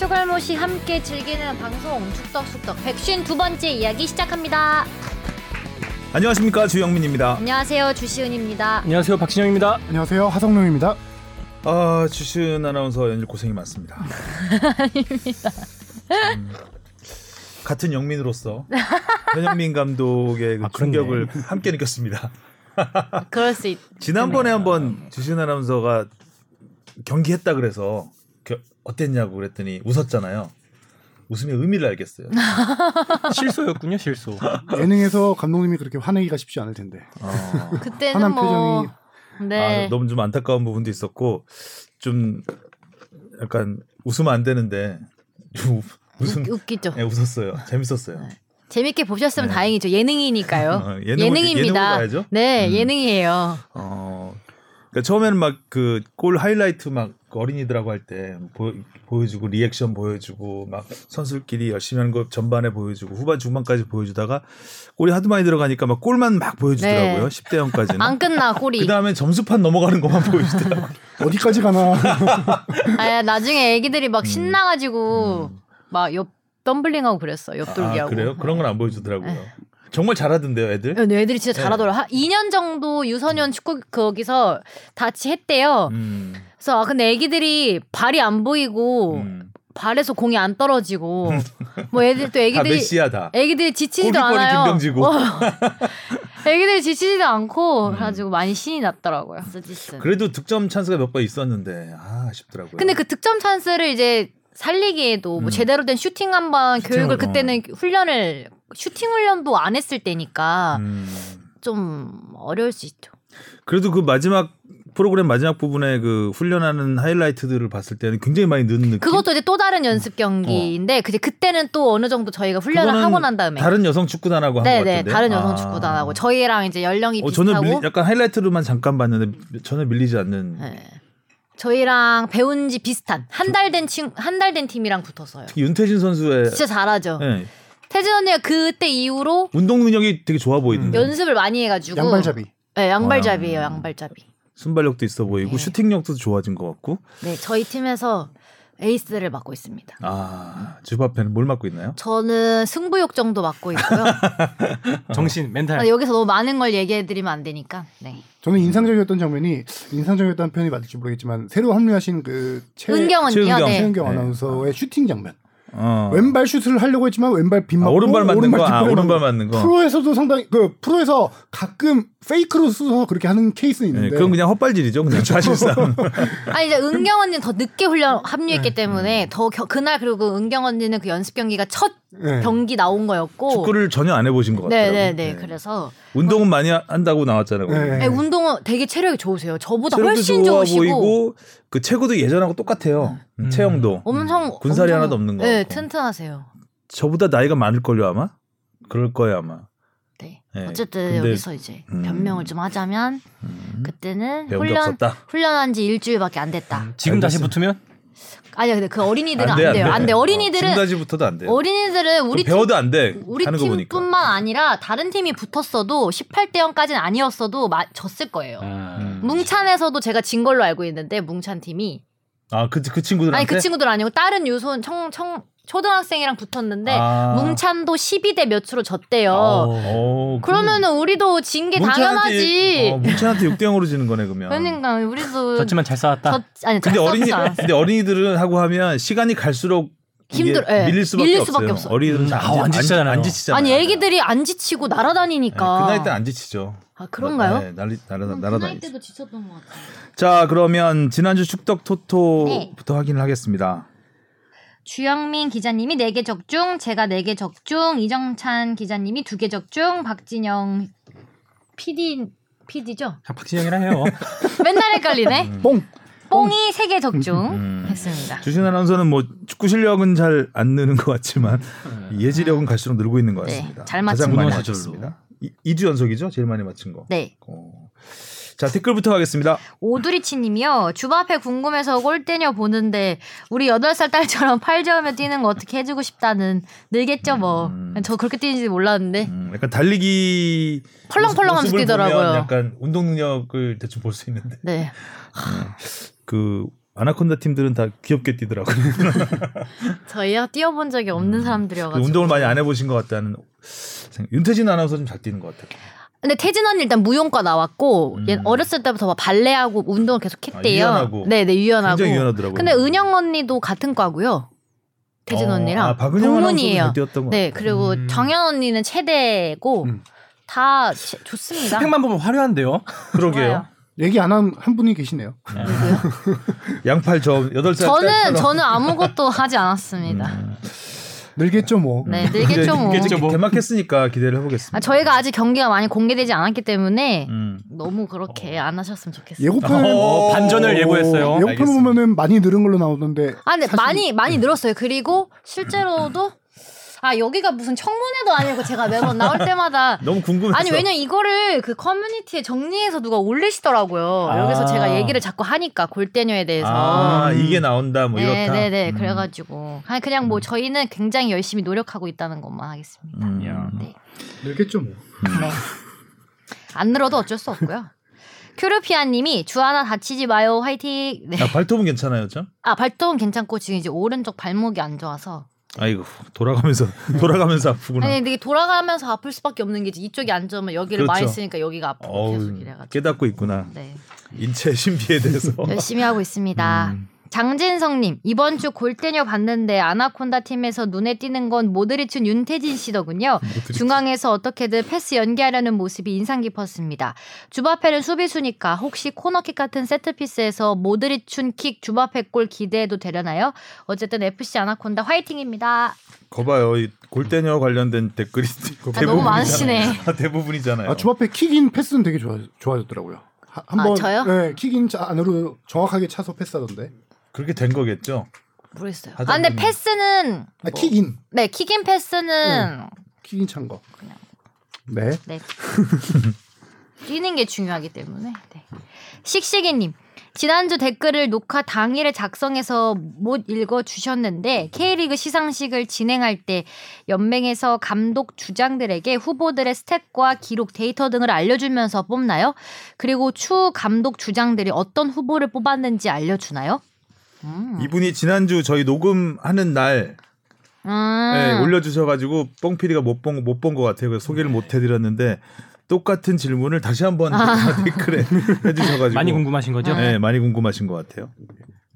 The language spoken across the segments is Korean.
꿀갈못이 함께 즐기는 방송 축덕숙덕 백신 두 번째 이야기 시작합니다. 안녕하십니까 주영민입니다. 안녕하세요 주시은입니다. 안녕하세요 박진영입니다. 안녕하세요 하성룡입니다. 아 주신 아나운서 연일 고생이 많습니다. 아닙니다. 같은 영민으로서 현영민 감독의 그 아, 그렇네. 충격을 함께 느꼈습니다. 그럴 수 있. 지난번에 한번 주신 아나운서가 경기했다 그래서 겨- 어땠냐고 그랬더니 웃었잖아요. 웃음의 의미를 알겠어요. 실소였군요 실소. 예능에서 감독님이 그렇게 화내기가 쉽지 않을 텐데. 그때는 화난 뭐 표정이- 네. 아, 너무 좀 안타까운 부분도 있었고 좀 약간 웃으면 안 되는데 웃음 네. 웃- 웃기죠. 예, 웃었어요. 재밌었어요. 재밌게 보셨으면 네. 다행이죠. 어, 예능이니까요. 예능을- 예능으로 예능입니다. 봐야죠. 네, 음. 예능이에요. 어, 그러니까 처음에는 막 그 골 하이라이트 막그 어린이들하고 할 때 보여주고 리액션 보여주고 막 선수끼리 열심히 하는 거 전반에 보여주고 후반 중반까지 보여주다가 골이 하도 많이 들어가니까 막 골만 막 네. 보여주더라고요. 10대 0까지는. 안 끝나 그 꼬리. 다음에 점수판 넘어가는 것만 보여주더라고요. 어디까지 가나. 아, 나중에 애기들이 음. 막 신나가지고 막 옆 덤블링하고 그랬어. 아, 옆돌기하고. 네. 그래요? 그런 건 안 보여주더라고요. 정말 잘하던데요, 애들? 야, 근데 애들이 네. 진짜 잘하더라. 한 2년 정도 유소년 축구 거기서 같이 했대요. 음, 그래서 아 근데 애기들이 발이 안 보이고 음. 발에서 공이 안 떨어지고 뭐 애들 또 다 애기들이 메시아다. 애기들이 지치지도 골키퍼는 않아요. 김병지고. 음. 어. 애기들이 지치지도 않고 그래가지고 많이 신이 났더라고요. 그래도 득점 찬스가 몇 번 있었는데 아, 아쉽더라고요. 근데 그 득점 찬스를 이제 살리기에도 뭐 음. 제대로 된 슈팅 한번 교육을 슈팅을, 그때는 훈련을 슈팅 훈련도 안 했을 때니까 음. 좀 어려울 수 있죠. 그래도 그 마지막 프로그램 마지막 부분에 그 훈련하는 하이라이트들을 봤을 때는 굉장히 많이 는 느낌. 그것도 이제 또 다른 연습 경기인데 그제 그때는 또 어느 정도 저희가 훈련을 음. 어. 그거는 하고 난 다음에 다른 여성 축구단하고 한것 네네 같은데. 다른 아. 여성 축구단하고 저희랑 이제 연령이 어, 저는 비슷하고 밀리, 약간 하이라이트로만 잠깐 봤는데 전혀 밀리지 않는. 네. 저희랑 배운 지 비슷한 한 달 된 친 한 달 된 팀이랑 붙었어요. 특히 윤태진 선수의 진짜 잘하죠. 예, 태진 언니가 그때 이후로 운동 능력이 되게 좋아 보이던데. 음. 연습을 많이 해가지고 양발잡이. 네, 양발잡이에요, 양발잡이. 순발력도 있어 보이고 네. 슈팅력도 좋아진 것 같고. 네, 저희 팀에서 에이스를 맡고 있습니다. 아 주바페는 뭘 맡고 있나요? 저는 승부욕 정도 맡고 있고요. 정신 멘탈. 아, 여기서 너무 많은 걸 얘기해드리면 안 되니까. 네. 저는 인상적이었던 장면이 인상적이었다는 표현이 맞을지 모르겠지만 새로 합류하신 그 최, 은경은요. 최은경. 네. 최은경 네. 아나운서의 슈팅 장면. 어. 왼발 슛을 하려고 했지만 왼발 빗 아, 맞고 오른발 맞는 거. 뒷발 아, 맞고. 오른발 맞는 거. 프로에서도 상당히 그 프로에서 가끔 페이크로 써서 그렇게 하는 케이스는 예, 있는데 어. 그건 그냥 헛발질이죠. 그냥 사실상. 아니 이제 은경 언니는 더 늦게 훈련 합류했기 때문에 더 겨- 그날 그리고 은경 언니는 그 연습 경기가 첫 네. 경기 나온 거였고. 축구를 전혀 안 해보신 것 같아요. 어. 네네네. 그래서 운동은 많이 하- 한다고 나왔잖아요. 거기. 네. 네, 운동은 되게 체력이 좋으세요. 저보다 체력도 훨씬 좋아 좋으시고 네. 보이고 그 체구도 예전하고 똑같아요. 음, 체형도 엄청 군살이 엄청- 하나도 없는 거. 네, 네, 튼튼하세요. 저보다 나이가 많을 걸요 아마. 그럴 거예요 아마. 네. 네, 어쨌든 근데- 여기서 이제 음. 변명을 좀 하자면 그때는 배운 게 훈련 없었다. 훈련한 지 일주일밖에 안 됐다. 지금 다시 알겠습니다. 붙으면 아니야, 근데 그 어린이들은 안 안, 돼, 안 돼요. 돼. 안 돼. 어린이들은 지금까지부터도 안 돼. 요 어린이들은 우리 팀 배워도 안 돼. 우리 하는 거 보니까. 팀뿐만 아니라 다른 팀이 붙었어도 18대 0까지는 아니었어도 마- 졌을 거예요. 음. 뭉찬에서도 제가 진 걸로 알고 있는데 뭉찬 팀이 아그 그 친구들한테. 아니 그 친구들 아니고 다른 유소년 청, 청 초등학생이랑 붙었는데 아. 네, 뭉찬도 12대 몇으로 졌대요. 어, 그러면은 우리도 진 게 당연하지. 어, 뭉찬한테 6대 0으로 지는 거네 그러면. 그러니까 우리도 음. 졌지만 잘 싸웠다. 졌- 아니 근데 졌었지 어린이 않았어. 근데 어린이들은 하고 하면 시간이 갈수록 이게 힘들- 예. 밀릴 수밖에, 밀릴 수밖에 없어요. 없어. 어린이들은 음. 안, 아우, 안 안- 지치잖아요. 안 지치잖아요. 아니 애기들이 안 지치고 날아다니니까. 그 나이 때안 지치죠. 아 그런가요? 네, 날리 날아 그 날아다니죠. 지쳤던 것 같아요. 자 그러면 지난주 축덕 토토부터 확인을 하겠습니다. 주영민 기자님이 4개 적중, 제가 4개 적중, 이정찬 기자님이 2개 적중, 박진영 PD, PD죠? 아, 박진영이랑 해요. 맨날 헷갈리네. 뽕 뽕이 3개 적중 음. 했습니다. 주신 아나운서는 뭐 축구 실력은 잘 안 느는 것 같지만 예지력은 갈수록 늘고 있는 것 네, 같습니다. 잘 맞춘 가장 것 많이 같아요. 맞췄습니다. 이- 이주 연속이죠? 제일 많이 맞춘 거. 네. 어. 자 댓글부터 가겠습니다. 오두리치 님이요. 주바 앞에 궁금해서 골 때려 보는데 우리 8살 딸처럼 팔 저으며 뛰는 거 어떻게 해주고 싶다는 늘겠죠 뭐. 저 그렇게 뛰는지 몰랐는데. 음, 약간 달리기 펄렁펄렁하면서 모습을 보면 뛰더라고요. 약간 운동 능력을 대충 볼 수 있는데 네. 그 아나콘다 팀들은 다 귀엽게 뛰더라고요. 저희가 뛰어본 적이 없는 사람들이어가지고. 음. 운동을 많이 안 해보신 것 같다는 생각. 윤태진 아나운서 좀 잘 뛰는 것 같아요. 근데 태진 언니 일단 무용과 나왔고 음. 얘 어렸을 때부터 막 발레하고 운동을 계속 했대요. 아, 유연하고. 네네 유연하고. 굉장히 유연하더라고요. 근데 은영 언니도 같은 과고요. 태진 어, 언니랑 아, 박은영 아나운서도 동문이에요. 잘 뛰었던 것 네 같아요. 그리고 음. 정연 언니는 최대고 음. 다 치- 좋습니다. 팩만 보면 화려한데요. 그러게요. 얘기 안 한 한 분이 계시네요. 누구요? 양팔 저 여덟 살 저는 저는 아무것도 하지 않았습니다. 늘겠죠 뭐. 네 늘겠죠 뭐. 늘겠죠. 뭐. 개막했으니까 기대를 해보겠습니다. 아, 저희가 아직 경기가 많이 공개되지 않았기 때문에 음. 너무 그렇게 안 하셨으면 좋겠어요. 예고편 어, 반전을 예고했어요. 예고편 보면은 많이 늘은 걸로 나오던데. 아, 근데 사실- 많이 많이 늘었어요. 그리고 실제로도 아 여기가 무슨 청문회도 아니고 제가 매번 나올 때마다 너무 궁금해서 아니 왜냐 면 이거를 그 커뮤니티에 정리해서 누가 올리시더라고요. 아. 여기서 제가 얘기를 자꾸 하니까 골대녀에 대해서. 아, 이게 나온다 뭐 네, 이렇다. 네, 네. 음. 그래가지고 아니, 그냥 뭐 저희는 굉장히 열심히 노력하고 있다는 것만 하겠습니다. 음. 네. 늘겠죠 뭐. 안 늘어도 어쩔 수 없고요. 큐르피아님이 주하나 다치지 마요 화이팅. 네. 아, 발톱은 괜찮아요, 참. 아 발톱은 괜찮고 지금 이제 오른쪽 발목이 안 좋아서 아이고 돌아가면서 돌아가면서 아프구나. 아니 근데 이게 돌아가면서 아플 수밖에 없는 게 이제 이쪽이 안 좋으면 여기를 많이 그렇죠. 쓰니까 여기가 아프고 계속 어우, 이래가지고 깨닫고 있구나. 네 인체 신비에 대해서. 음, 열심히 하고 있습니다. 장진성님 이번 주 골대녀 봤는데 아나콘다 팀에서 눈에 띄는 건 모드리춘 윤태진 씨더군요. 중앙에서 어떻게든 패스 연기하려는 모습이 인상 깊었습니다. 주바페는 수비수니까 혹시 코너킥 같은 세트피스에서 모드리춘 킥 주바페 골 기대해도 되려나요? 어쨌든 FC 아나콘다 화이팅입니다. 거봐요, 이 골대녀 관련된 댓글이 대부분 아, 너무 많으시네. 대부분이잖아요. 아, 주바페 킥인 패스는 되게 좋아 좋아졌더라고요. 하- 아, 한번 저요? 네, 킥인 자- 안으로 정확하게 차서 패스하던데. 그렇게 된 거겠죠. 모르겠어요. 아 하다 근데 보면- 패스는 아, 킥인 네 킥인 패스는 킥인 찬 거. 네. 네. 뛰는 게 중요하기 때문에. 네. 식식이님. 지난주 댓글을 녹화 당일에 작성해서 못 읽어 주셨는데 K리그 시상식을 진행할 때 연맹에서 감독 주장들에게 후보들의 스탯과 기록 데이터 등을 알려주면서 뽑나요? 그리고 추후 감독 주장들이 어떤 후보를 뽑았는지 알려주나요? 음. 이분이 지난주 저희 녹음하는 날 음. 네, 올려주셔가지고 뻥피디가 못 본 못 본 것 같아요. 그래서 소개를 못 해드렸는데 똑같은 질문을 다시 한번 아. 댓글에 해주셔가지고 많이 궁금하신 거죠? 네, 많이 궁금하신 것 같아요.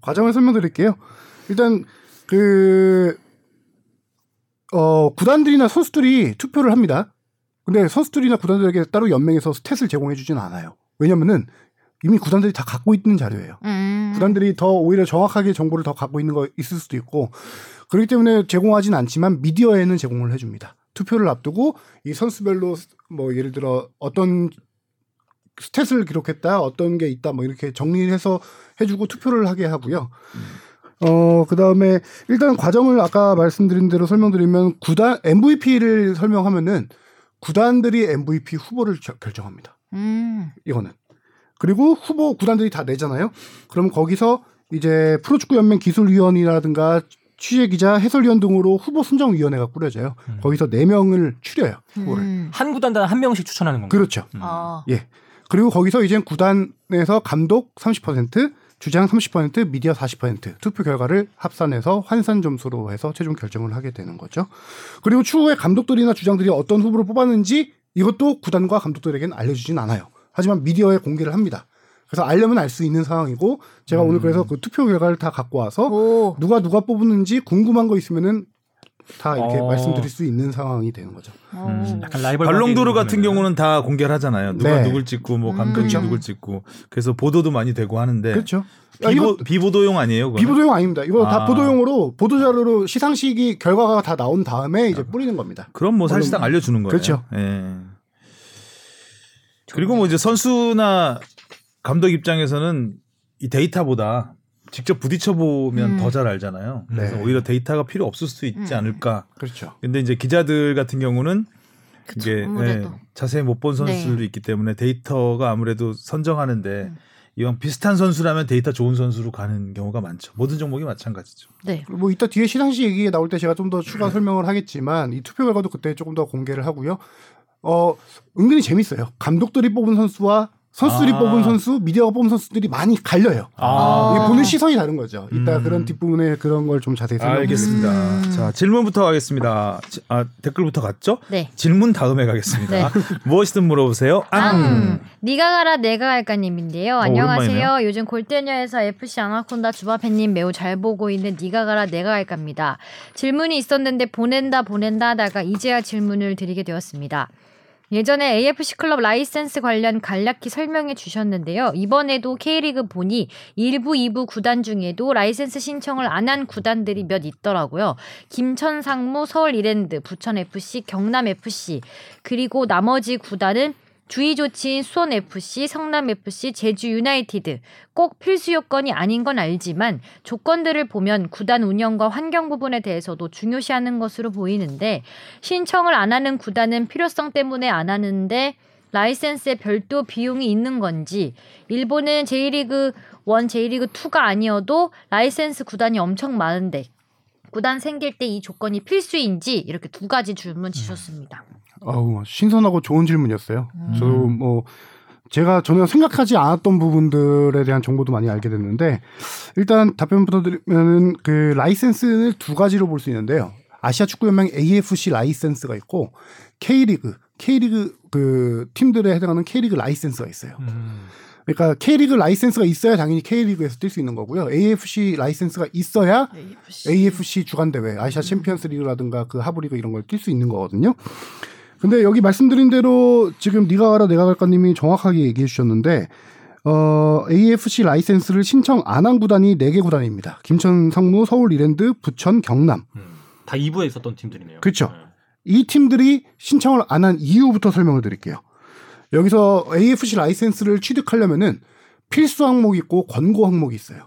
과정을 설명드릴게요. 일단 그 어, 구단들이나 선수들이 투표를 합니다. 근데 선수들이나 구단들에게 따로 연맹에서 스탯을 제공해 주진 않아요. 왜냐면은 이미 구단들이 다 갖고 있는 자료예요. 음. 구단들이 더 오히려 정확하게 정보를 더 갖고 있는 거 있을 수도 있고 그렇기 때문에 제공하진 않지만 미디어에는 제공을 해줍니다. 투표를 앞두고 이 선수별로 뭐 예를 들어 어떤 스탯을 기록했다, 어떤 게 있다, 뭐 이렇게 정리해서 해주고 투표를 하게 하고요. 어, 그 다음에 일단 과정을 아까 말씀드린 대로 설명드리면 구단 MVP를 설명하면은 구단들이 MVP 후보를 겨- 결정합니다. 음. 이거는. 그리고 후보 구단들이 다 내잖아요. 그럼 거기서 이제 프로축구연맹 기술위원이라든가 취재기자, 해설위원 등으로 후보 선정위원회가 꾸려져요. 거기서 네명을 추려요. 후보를. 음. 한 구단당 한 명씩 추천하는 건가요? 그렇죠. 어. 예. 그리고 거기서 이제 구단에서 감독 30%, 주장 30%, 미디어 40% 투표 결과를 합산해서 환산 점수로 해서 최종 결정을 하게 되는 거죠. 그리고 추후에 감독들이나 주장들이 어떤 후보를 뽑았는지 이것도 구단과 감독들에게는 알려주진 않아요. 하지만 미디어에 공개를 합니다. 그래서 알려면 알 수 있는 상황이고 제가 오늘 그래서 그 투표 결과를 다 갖고 와서 오. 누가 누가 뽑았는지 궁금한 거 있으면은 다 이렇게 어. 말씀드릴 수 있는 상황이 되는 거죠. 오. 약간 라이벌 발롱도르 같은 경우는 다 공개를 하잖아요. 누가 네. 누굴 찍고 뭐 감독이 음. 그렇죠. 누굴 찍고 그래서 보도도 많이 되고 하는데 그렇죠. 아, 야, 이거- 네. 비보, 비보도용 아니에요? 그거는? 비보도용 아닙니다. 이거 아. 다 보도용으로 보도자료로 시상식이 결과가 다 나온 다음에 아. 이제 뿌리는 겁니다. 그럼 뭐 사실상 알려주는 거예요. 그렇죠. 예. 그리고 뭐 이제 선수나 감독 입장에서는 이 데이터보다 직접 부딪혀 보면 음. 더 잘 알잖아요. 그래서 네. 오히려 데이터가 필요 없을 수도 있지 음. 않을까. 그렇죠. 근데 이제 기자들 같은 경우는 그쵸, 이게 아무래도. 네. 예, 자세히 못 본 선수들도 있기 때문에 데이터가 아무래도 선정하는데 음. 이왕 비슷한 선수라면 데이터 좋은 선수로 가는 경우가 많죠. 모든 종목이 마찬가지죠. 네. 뭐 이따 뒤에 시상식 얘기 나올 때 제가 좀 더 네. 추가 설명을 하겠지만 이 투표 결과도 그때 조금 더 공개를 하고요. 어 은근히 재밌어요. 감독들이 뽑은 선수와 선수들이 아. 뽑은 선수, 미디어가 뽑은 선수들이 많이 갈려요. 아. 이게 보는 시선이 다른 거죠. 이따 음. 그런 뒷부분에 그런 걸 좀 자세히 설명해 알겠습니다. 음. 자 질문부터 가겠습니다. 지- 아 댓글부터 갔죠? 네. 질문 다음에 가겠습니다. 무엇이든 물어보세요. 앙. 어, 앙 니가 가라 내가 갈까님인데요. 안녕하세요. 오랜만이네요. 요즘 골대녀에서 FC 아나콘다 주바팬님 매우 잘 보고 있는 니가 가라 내가 갈까입니다. 질문이 있었는데 보낸다 보낸다 하다가 이제야 질문을 드리게 되었습니다. 예전에 AFC 클럽 라이센스 관련 간략히 설명해 주셨는데요. 이번에도 K리그 보니 1부, 2부 구단 중에도 라이센스 신청을 안 한 구단들이 몇 있더라고요. 김천 상무, 서울 이랜드, 부천 FC, 경남 FC 그리고 나머지 구단은 주의 조치인 수원 FC, 성남 FC, 제주 유나이티드 꼭 필수 요건이 아닌 건 알지만 조건들을 보면 구단 운영과 환경 부분에 대해서도 중요시하는 것으로 보이는데 신청을 안 하는 구단은 필요성 때문에 안 하는데 라이센스에 별도 비용이 있는 건지 일본은 J리그 1, J리그 2가 아니어도 라이센스 구단이 엄청 많은데 구단 생길 때 이 조건이 필수인지 이렇게 두 가지 질문 주셨습니다. 어우, 네. 신선하고 좋은 질문이었어요. 음. 저 뭐 제가 전혀 생각하지 않았던 부분들에 대한 정보도 많이 알게 됐는데 일단 답변부터 드리면은 그 라이센스를 두 가지로 볼 수 있는데요. 아시아 축구 연맹 AFC 라이센스가 있고 K리그 K리그 그 팀들에 해당하는 K리그 라이센스가 있어요. 음. 그러니까 K리그 라이센스가 있어야 당연히 K리그에서 뛸 수 있는 거고요. AFC 라이센스가 있어야 AFC 주간 대회, 아시아 챔피언스 리그라든가 그 하부 리그 이런 걸 뛸 수 있는 거거든요. 근데 여기 말씀드린 대로 지금 네가 가라 내가 갈까 님이 정확하게 얘기해 주셨는데 어, AFC 라이센스를 신청 안 한 구단이 4개 구단입니다. 김천 상무, 서울 이랜드, 부천, 경남. 음. 다 2부에 있었던 팀들이네요. 그렇죠. 그쵸. 네. 이 팀들이 신청을 안 한 이유부터 설명을 드릴게요. 여기서 AFC 라이센스를 취득하려면은 필수 항목이 있고 권고 항목이 있어요.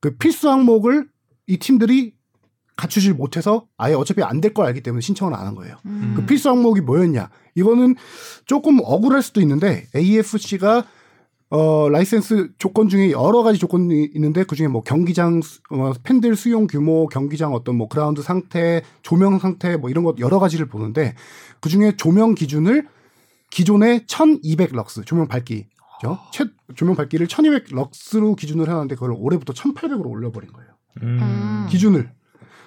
그 필수 항목을 이 팀들이 갖추질 못해서 아예 어차피 안 될 걸 알기 때문에 신청을 안 한 거예요. 음. 그 필수 항목이 뭐였냐? 이거는 조금 억울할 수도 있는데 AFC가 어 라이센스 조건 중에 여러 가지 조건이 있는데 그 중에 뭐 경기장 수- 어, 팬들 수용 규모, 경기장 어떤 뭐 그라운드 상태, 조명 상태 뭐 이런 것 여러 가지를 보는데 그 중에 조명 기준을 기존의 1,200 럭스 조명 밝기 죠 최, 조명 밝기를 1,200 럭스로 기준으로 해놨는데 그걸 올해부터 1,800으로 올려버린 거예요. 음. 기준을.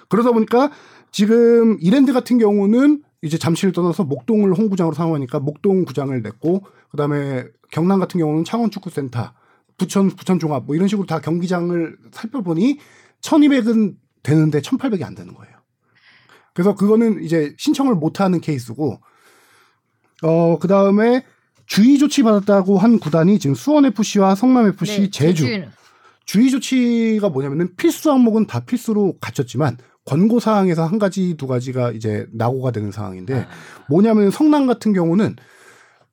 그러다 보니까 지금 이랜드 같은 경우는 이제 잠실을 떠나서 목동을 홈구장으로 사용하니까 목동 구장을 냈고 그다음에 경남 같은 경우는 창원 축구센터, 부천 부천 종합 뭐 이런 식으로 다 경기장을 살펴보니 1200은 되는데 1800이 안 되는 거예요. 그래서 그거는 이제 신청을 못 하는 케이스고 어 그다음에 주의 조치 받았다고 한 구단이 지금 수원 FC와 성남 FC, 네, 제주 제주는. 주의 조치가 뭐냐면은 필수 항목은 다 필수로 갖췄지만 권고 사항에서 한 가지 두 가지가 이제 낙오가 되는 상황인데 뭐냐면 성남 같은 경우는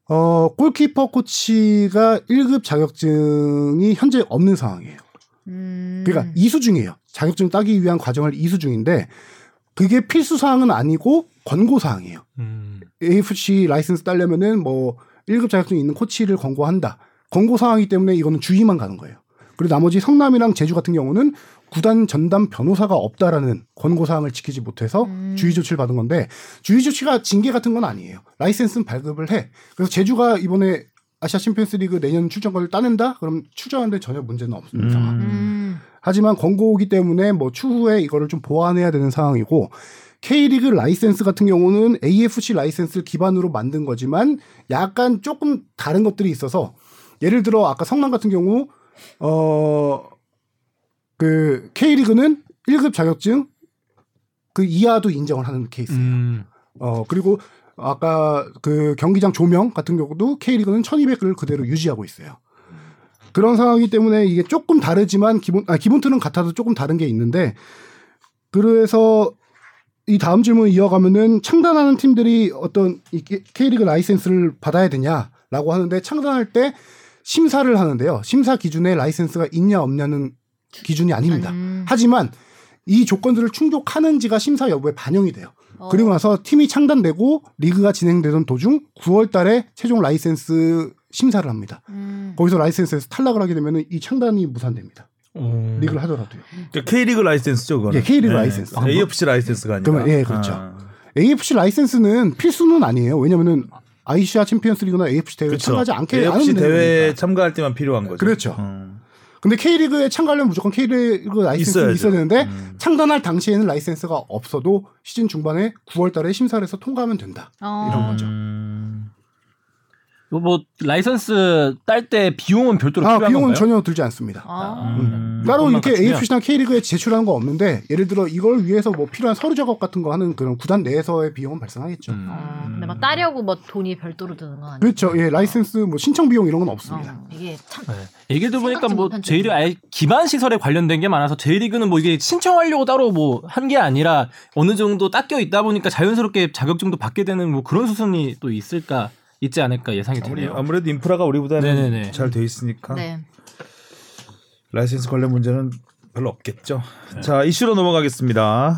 어 골키퍼 코치가 1급 자격증이 현재 없는 상황이에요. 음. 그러니까 이수 중이에요. 자격증 따기 위한 과정을 이수 중인데 그게 필수 사항은 아니고 권고 사항이에요. 음. AFC 라이센스 따려면은 뭐 1급 자격증이 있는 코치를 권고한다. 권고 사항이기 때문에 이거는 주의만 가는 거예요. 그리고 나머지 성남이랑 제주 같은 경우는 구단 전담 변호사가 없다라는 권고 사항을 지키지 못해서 음. 주의 조치를 받은 건데 주의 조치가 징계 같은 건 아니에요. 라이센스는 발급을 해. 그래서 제주가 이번에 아시아 챔피언스리그 내년 출전권을 따낸다? 그럼 출전하는데 전혀 문제는 없는 상황. 음. 하지만 권고기 때문에 뭐 추후에 이거를 좀 보완해야 되는 상황이고 K리그 라이센스 같은 경우는 AFC 라이센스를 기반으로 만든 거지만 약간 조금 다른 것들이 있어서 예를 들어 아까 성남 같은 경우 어그 K리그는 1급 자격증 그 이하도 인정을 하는 케이스. 음. 어 그리고 아까 그 경기장 조명 같은 경우도 K리그는 1200을 그대로 유지하고 있어요. 그런 상황이기 때문에 이게 조금 다르지만 기본 아 기본 틀은 같아도 조금 다른 게 있는데 그래서 이 다음 질문 이어가면은 창단하는 팀들이 어떤 이 K- K리그 라이센스를 받아야 되냐라고 하는데 창단할 때 심사를 하는데요. 심사 기준에 라이센스가 있냐 없냐는 기준이 아닙니다. 음. 하지만 이 조건들을 충족하는지가 심사 여부에 반영이 돼요. 어. 아, 그리고 나서 팀이 창단되고 리그가 진행되던 도중 9월 달에 최종 라이센스 심사를 합니다. 음. 거기서 라이센스에서 탈락을 하게 되면 이 창단이 무산됩니다. 음. 네. 리그를 하더라도요. 그러니까 K리그 라이센스죠, 네. 그거. 예, K리그 라이센스. 아, 뭐. AFC 라이센스가 아니라. 그러면 예, 그렇죠. 아. AFC 라이센스는 필수는 아니에요. 왜냐면은 아이시아 챔피언스리그나 AFC 대회 에 그렇죠. 참가하지 않게 AFC 하는 대회에 내용이니까. 참가할 때만 필요한 거죠. 그렇죠. 음. 근데 K리그에 참가하려면 무조건 K리그 라이센스 있어야죠. 있어야 되는데 음. 창단할 당시에는 라이센스가 없어도 시즌 중반에 9월달에 심사를 해서 통과하면 된다. 어. 이런 거죠. 음. 뭐 라이선스 딸 때 비용은 별도로 아, 필요한 비용은 건가요? 전혀 들지 않습니다. 어. 아. 음. 따로 그것만 이렇게 갖추면. AFC나 K리그에 제출하는 거 없는데 예를 들어 이걸 위해서 뭐 필요한 서류 작업 같은 거 하는 그런 구단 내에서의 비용은 발생하겠죠. 음. 어, 근데 막 따려고 뭐 돈이 별도로 드는 건 아니에요. 그렇죠. 예, 라이센스 뭐 신청 비용 이런 건 없습니다. 어, 이게 참 네. 얘기를 들어보니까 생각지 뭐 못한 제1리 아예 기반 시설에 관련된 게 많아서 제1리그는 뭐 이게 신청하려고 따로 뭐 한 게 아니라 어느 정도 닦여 있다 보니까 자연스럽게 자격증도 받게 되는 뭐 그런 수순이 또 있을까 있지 않을까 예상이 아무리, 드네요. 아무래도 인프라가 우리보다는 네네네. 잘 돼 아. 있으니까 네. 라이센스 관련 문제는 별로 없겠죠. 네. 자 이슈로 넘어가겠습니다.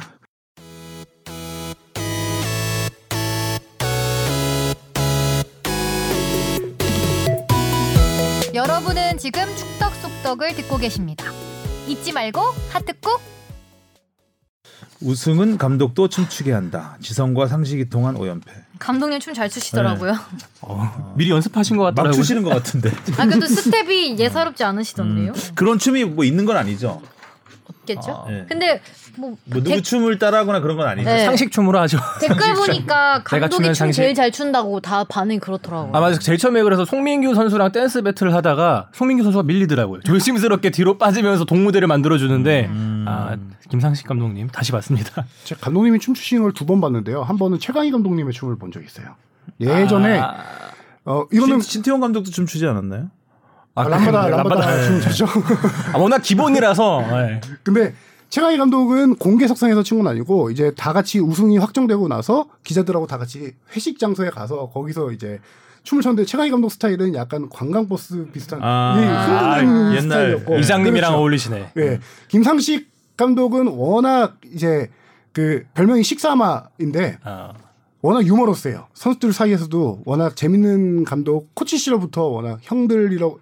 여러분은 지금 축덕 속덕을 듣고 계십니다. 잊지 말고 하트 꾹. 우승은 감독도 춤추게 한다. 지성과 상식이 통한 오연패. 아, 감독님 춤 잘 추시더라고요. 어, 미리 연습하신 것 막 같더라고요. 추시는 것 같은데 아 그래도 스텝이 예사롭지 않으시던데요. 그런 춤이 뭐 있는 건 아니죠. 없겠죠? 네. 근데 뭐, 뭐 누구 댓- 춤을 따라하거나 그런 건 아니죠. 네. 상식춤으로 하죠. 댓글 보니까 감독이 춤 추는 상식. 제일 잘 춘다고 다 반응이 그렇더라고요. 아 맞아 제일 처음에 그래서 송민규 선수랑 댄스 배틀을 하다가 송민규 선수가 밀리더라고요 조심스럽게 뒤로 빠지면서 동무대를 만들어 주는데 아 김상식 감독님 다시 봤습니다 제가 감독님이 춤추시는 걸 두 번 봤는데요. 한 번은 최강희 감독님의 춤을 본 적이 있어요. 예전에 아, 어 이거는 신, 태용 감독도 춤추지 않았나요? 아, 람바다 그래요? 람바다 춤 추죠. 아, 워낙 기본이라서 예. 근데 최강희 감독은 공개 석상에서 친 건 아니고 이제 다 같이 우승이 확정되고 나서 기자들하고 다 같이 회식 장소에 가서 거기서 이제 춤을 췄는데 최강희 감독 스타일은 약간 관광 버스 비슷한 아, 이 아, 흔드는 옛날 스타일이었고 이장님이랑 그렇죠. 어울리시네 예. 김상식 감독은 워낙 이제 그 별명이 식사마인데 아, 워낙 유머러스해요. 선수들 사이에서도 워낙 재밌는 감독 코치 씨로부터 워낙 형들이라고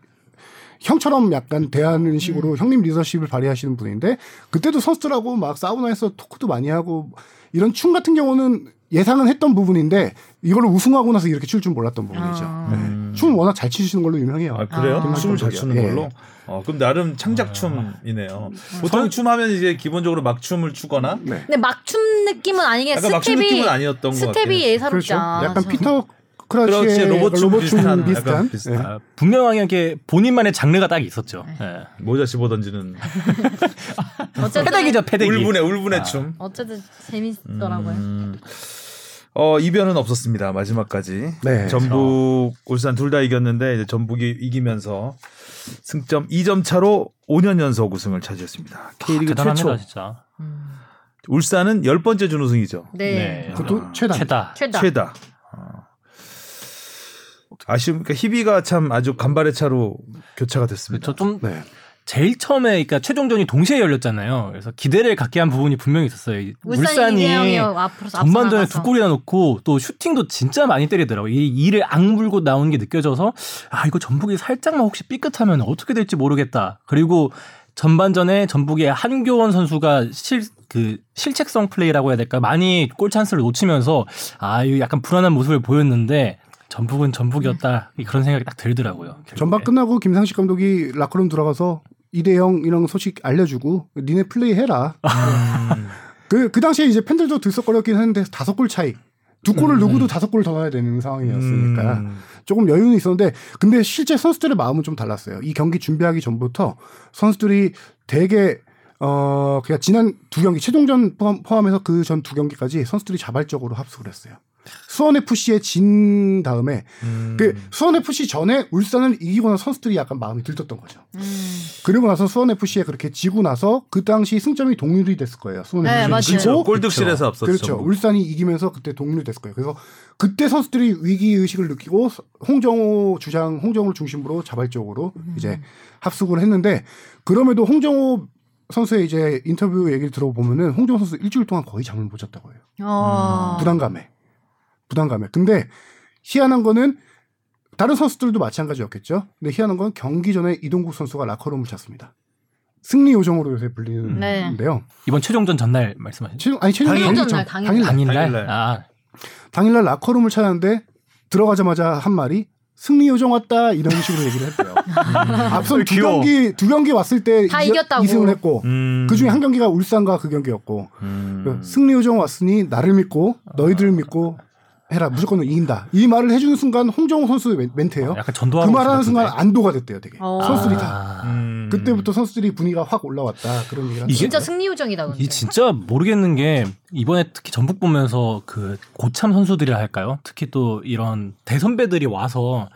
형처럼 약간 대하는 식으로 음. 형님 리더십을 발휘하시는 분인데 그때도 선수들하고 막 사우나에서 토크도 많이 하고 이런 춤 같은 경우는 예상은 했던 부분인데 이걸 우승하고 나서 이렇게 출 줄 몰랐던 부분이죠. 아. 네. 춤 워낙 잘 치시는 걸로 유명해요. 아 그래요? 아. 춤을 잘 추는 예. 걸로. 어, 그럼 나름 창작춤이네요. 아. 보통 춤하면 이제 기본적으로 막 춤을 추거나 근데 막춤 느낌은 아니게 약간 막춤 예, 스텝이 느낌은 아니었던 것 같아요. 스텝이 예사롭지 그렇죠. 않아. 약간 피터 크러치의 그렇지 예, 로봇 춤 로봇 춤 비슷한, 비슷한, 약간 예. 비슷한. 아, 분명하게 이렇게 본인만의 장르가 딱 있었죠 네. 예. 모자 씹어 던지는 패대기죠 패대기 울분의 울분의 춤. 어쨌든 재밌더라고요. 음. 어 이변은 없었습니다 마지막까지 네. 전북 울산 둘 다 이겼는데 이제 전북이 이기면서 승점 2점 차로 5년 연속 우승을 아, 차지했습니다. K리그 아, 대단합니다 최초 진짜 음. 울산은 열 번째 준우승이죠 네. 그것도 최다. 최다 최다. 아. 최다. 어. 아쉬움 그러니까 희비가 참 아주 간발의 차로 교차가 됐습니다. 저좀 네. 제일 처음에 그러니까 최종전이 동시에 열렸잖아요. 그래서 기대를 갖게 한 부분이 분명히 있었어요. 이 울산이 이대형이 앞으로 전반전에 앞서 두 골이나 넣고 또 슈팅도 진짜 많이 때리더라고요. 이 이를 악물고 나온 게 느껴져서 아 이거 전북이 살짝만 혹시 삐끗하면 어떻게 될지 모르겠다. 그리고 전반전에 전북의 한교원 선수가 실 그 실책성 플레이라고 해야 될까 많이 골 찬스를 놓치면서 아 이거 약간 불안한 모습을 보였는데 전북은 전북이었다 음. 그런 생각이 딱 들더라고요. 전반 끝나고 김상식 감독이 라커룸 들어가서 이대영 이런 소식 알려주고 니네 플레이 해라. 그, 그 당시에 이제 팬들도 들썩거렸긴 했는데 다섯 골 차이. 두 골을 누구도 다섯 골 더 넣어야 되는 상황이었으니까 음. 조금 여유는 있었는데 근데 실제 선수들의 마음은 좀 달랐어요. 이 경기 준비하기 전부터 선수들이 되게 어 그냥 지난 두 경기 최종전 포함, 포함해서 그 전 두 경기까지 선수들이 자발적으로 합숙을 했어요. 수원 FC에 진 다음에 그 수원 FC 전에 울산을 이기고나 선수들이 약간 마음이 들떴던 거죠. 음. 그리고 나서 수원 FC에 그렇게 지고 나서 그 당시 승점이 동률이 됐을 거예요. 수원 네, FC 맞아요. 지고 그렇죠. 골득실에서 앞섰죠. 뭐. 그렇죠. 울산이 이기면서 그때 동률이 됐을 거예요. 그래서 그때 선수들이 위기 의식을 느끼고 홍정호 주장 홍정호를 중심으로 자발적으로 음. 이제 합숙을 했는데 그럼에도 홍정호 선수의 이제 인터뷰 얘기를 들어보면은 홍정호 선수 일주일 동안 거의 잠을 못 잤다고 해요. 어. 음. 부담감에. 부담감에. 근데 희한한 거는 다른 선수들도 마찬가지였겠죠. 근데 희한한 건 경기 전에 이동국 선수가 라커룸을 찾습니다. 승리 요정으로 요새 네. 불리는데요. 이번 최종전 전날 아, 말씀하신 최- 아니 최종 당일 경기죠. 전날, 당일 당일 날. 당일날 당일날. 아 당일날 라커룸을 찾았는데 들어가자마자 한 말이 승리 요정 왔다 이런 식으로 얘기를 했대요. 앞선 두 귀여워. 경기 두 경기 왔을 때 음. 다 이겼다고. 2승을 했고 음. 그 중에 한 경기가 울산과 그 경기였고 음. 그 승리 요정 왔으니 나를 믿고 너희들을 믿고 해라 무조건 이긴다 이 말을 해주는 순간 홍정호 선수 의 멘트예요. 아, 약간 아. 그 전도하는 말하는 순간 아, 안도가 됐대요 되게 어. 선수들이 다 음. 그때부터 선수들이 분위기가 확 올라왔다 그런 얘기를 이게- 진짜 승리 요정이다 근데. 이 진짜 모르겠는 게 이번에 특히 전북 보면서 그 고참 선수들이라 할까요? 특히 또 이런 대선배들이 와서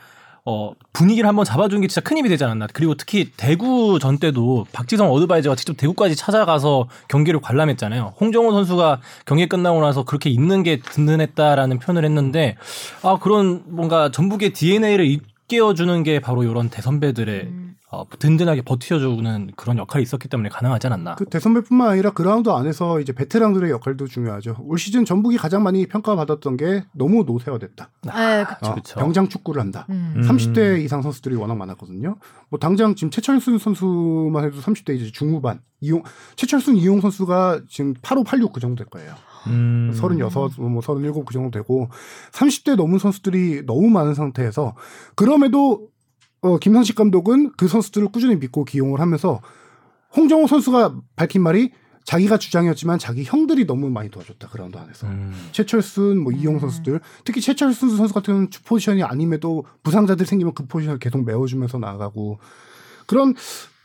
어 분위기를 한번 잡아준 게 진짜 큰 힘이 되지 않았나. 그리고 특히 대구 전 때도 박지성 어드바이저가 직접 대구까지 찾아가서 경기를 관람했잖아요. 홍정호 선수가 경기 끝나고 나서 그렇게 있는 게 든든했다라는 표현을 했는데 아 그런 뭔가 전북의 DNA를 일깨워주는 게 바로 이런 대선배들의 음. 어, 든든하게 버텨주는 그런 역할이 있었기 때문에 가능하지 않았나. 그 대선배뿐만 아니라 그라운드 안에서 이제 베테랑들의 역할도 중요하죠. 올 시즌 전북이 가장 많이 평가받았던 게 너무 노쇠화됐다. 예, 그- 어, 아, 그쵸. 병장 축구를 한다. 음. 음. 30대 이상 선수들이 워낙 많았거든요. 뭐 당장 지금 최철순 선수만 해도 30대 이제 중후반. 이용 최철순 이용 선수가 지금 85, 86 그 정도 될 거예요. 음. 36, 뭐 37, 그 정도 되고 30대 넘은 선수들이 너무 많은 상태에서 그럼에도 어, 김상식 감독은 그 선수들을 꾸준히 믿고 기용을 하면서 홍정호 선수가 밝힌 말이 자기가 주장이었지만 자기 형들이 너무 많이 도와줬다 그라운드 안에서 음. 최철순, 뭐 이용 음. 선수들 특히 최철순 선수 같은 경우는 주 포지션이 아님에도 부상자들 생기면 그 포지션을 계속 메워주면서 나아가고 그런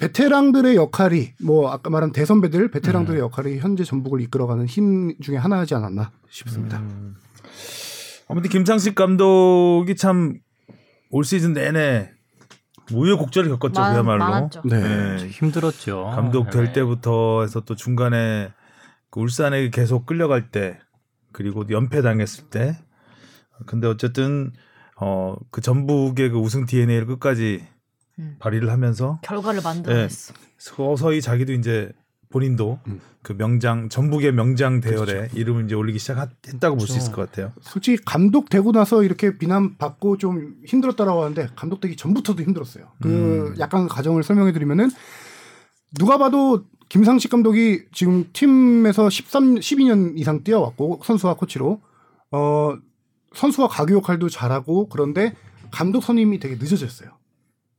베테랑들의 역할이 뭐 아까 말한 대선배들 베테랑들의 역할이 현재 전북을 이끌어가는 힘 중에 하나이지 않았나 싶습니다. 음. 아무튼 김상식 감독이 참 올 시즌 내내 우여곡절을 겪었죠 많- 그렇죠, 그야말로. 많았죠. 네. 음. 네. 힘들었죠. 감독 될 네. 때부터 해서 또 중간에 그 울산에 계속 끌려갈 때 그리고 연패 당했을 때 근데 어쨌든 어 그 전북의 그 우승 DNA를 끝까지 음. 발휘를 하면서 결과를 만들어냈어. 서서히 자기도 이제 본인도 음. 그 명장 전북의 명장 대열에 이름을 이제 올리기 시작했다고 볼 수 있을 것 같아요. 솔직히 감독 되고 나서 이렇게 비난 받고 좀 힘들었다라고 하는데 감독 되기 전부터도 힘들었어요. 그 음. 약간 가정을 설명해 드리면은 누가 봐도 김상식 감독이 지금 팀에서 13, 12년 이상 뛰어왔고 선수와 코치로 어 선수와 가교 역할도 잘하고 그런데 감독 선임이 되게 늦어졌어요.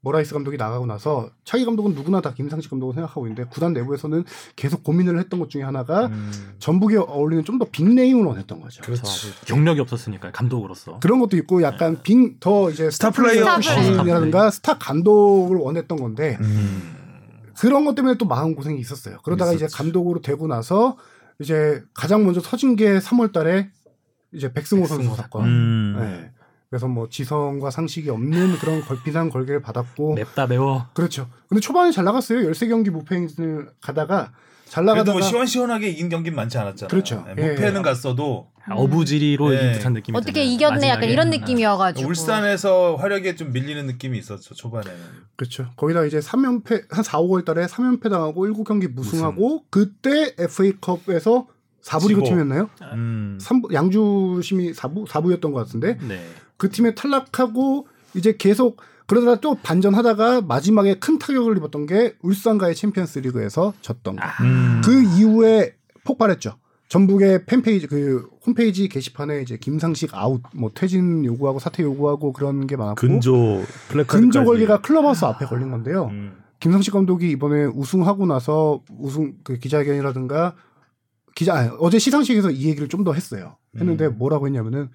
모라이스 감독이 나가고 나서 차기 감독은 누구나 다 김상식 감독을 생각하고 있는데 구단 내부에서는 계속 고민을 했던 것 중에 하나가 음. 전북에 어울리는 좀 더 빅네임을 원했던 거죠. 그렇지. 경력이 없었으니까 감독으로서. 그런 것도 있고 약간 빙 더 이제 스타 플레이어 네. 라든가 스타 감독을 원했던 건데 음. 그런 것 때문에 또 마음 고생이 있었어요. 그러다가 이제 있었지. 감독으로 되고 나서 이제 가장 먼저 터진 게 3월달에 이제 백승호, 선수 사건. 음. 네. 그래서 뭐 지성과 상식이 없는 그런 걸- 비상 걸개를 받았고 네. 맵다 매워. 그렇죠. 근데 초반에 잘 나갔어요. 13경기 무패행진을 가다가 잘 그래도 나가다가 뭐 시원시원하게 이긴 경기는 많지 않았잖아요. 그렇죠. 네, 무패는 예. 갔어도 음. 어부지리로 네. 이긴 듯한 느낌. 어떻게 이겼네 약간 이런 느낌이어가지고. 울산에서 화력에 좀 밀리는 느낌이 있었죠 초반에는. 그렇죠. 거기다 이제 3연패 한 4, 5월 달에 3연패 당하고 7경기 무승하고 그때 FA컵에서 4부 리그 지고. 팀이었나요? 아. 음. 삼부 양주심이 4부 4부였던 것 같은데 네. 그 팀에 탈락하고 이제 계속 그러다가 또 반전하다가 마지막에 큰 타격을 입었던 게 울산과의 챔피언스 리그에서 졌던 거. 음. 그 이후에 폭발했죠. 전북의 팬페이지 그 홈페이지 게시판에 이제 김상식 아웃 뭐 퇴진 요구하고 사퇴 요구하고 그런 게 많았고 근조 음. 플래카드 근조 걸기가 클럽하우스 앞에 걸린 건데요. 김상식 감독이 이번에 우승하고 나서 우승 그 기자회견이라든가 기자 아니, 어제 시상식에서 이 얘기를 좀 더 했어요. 했는데 음. 뭐라고 했냐면은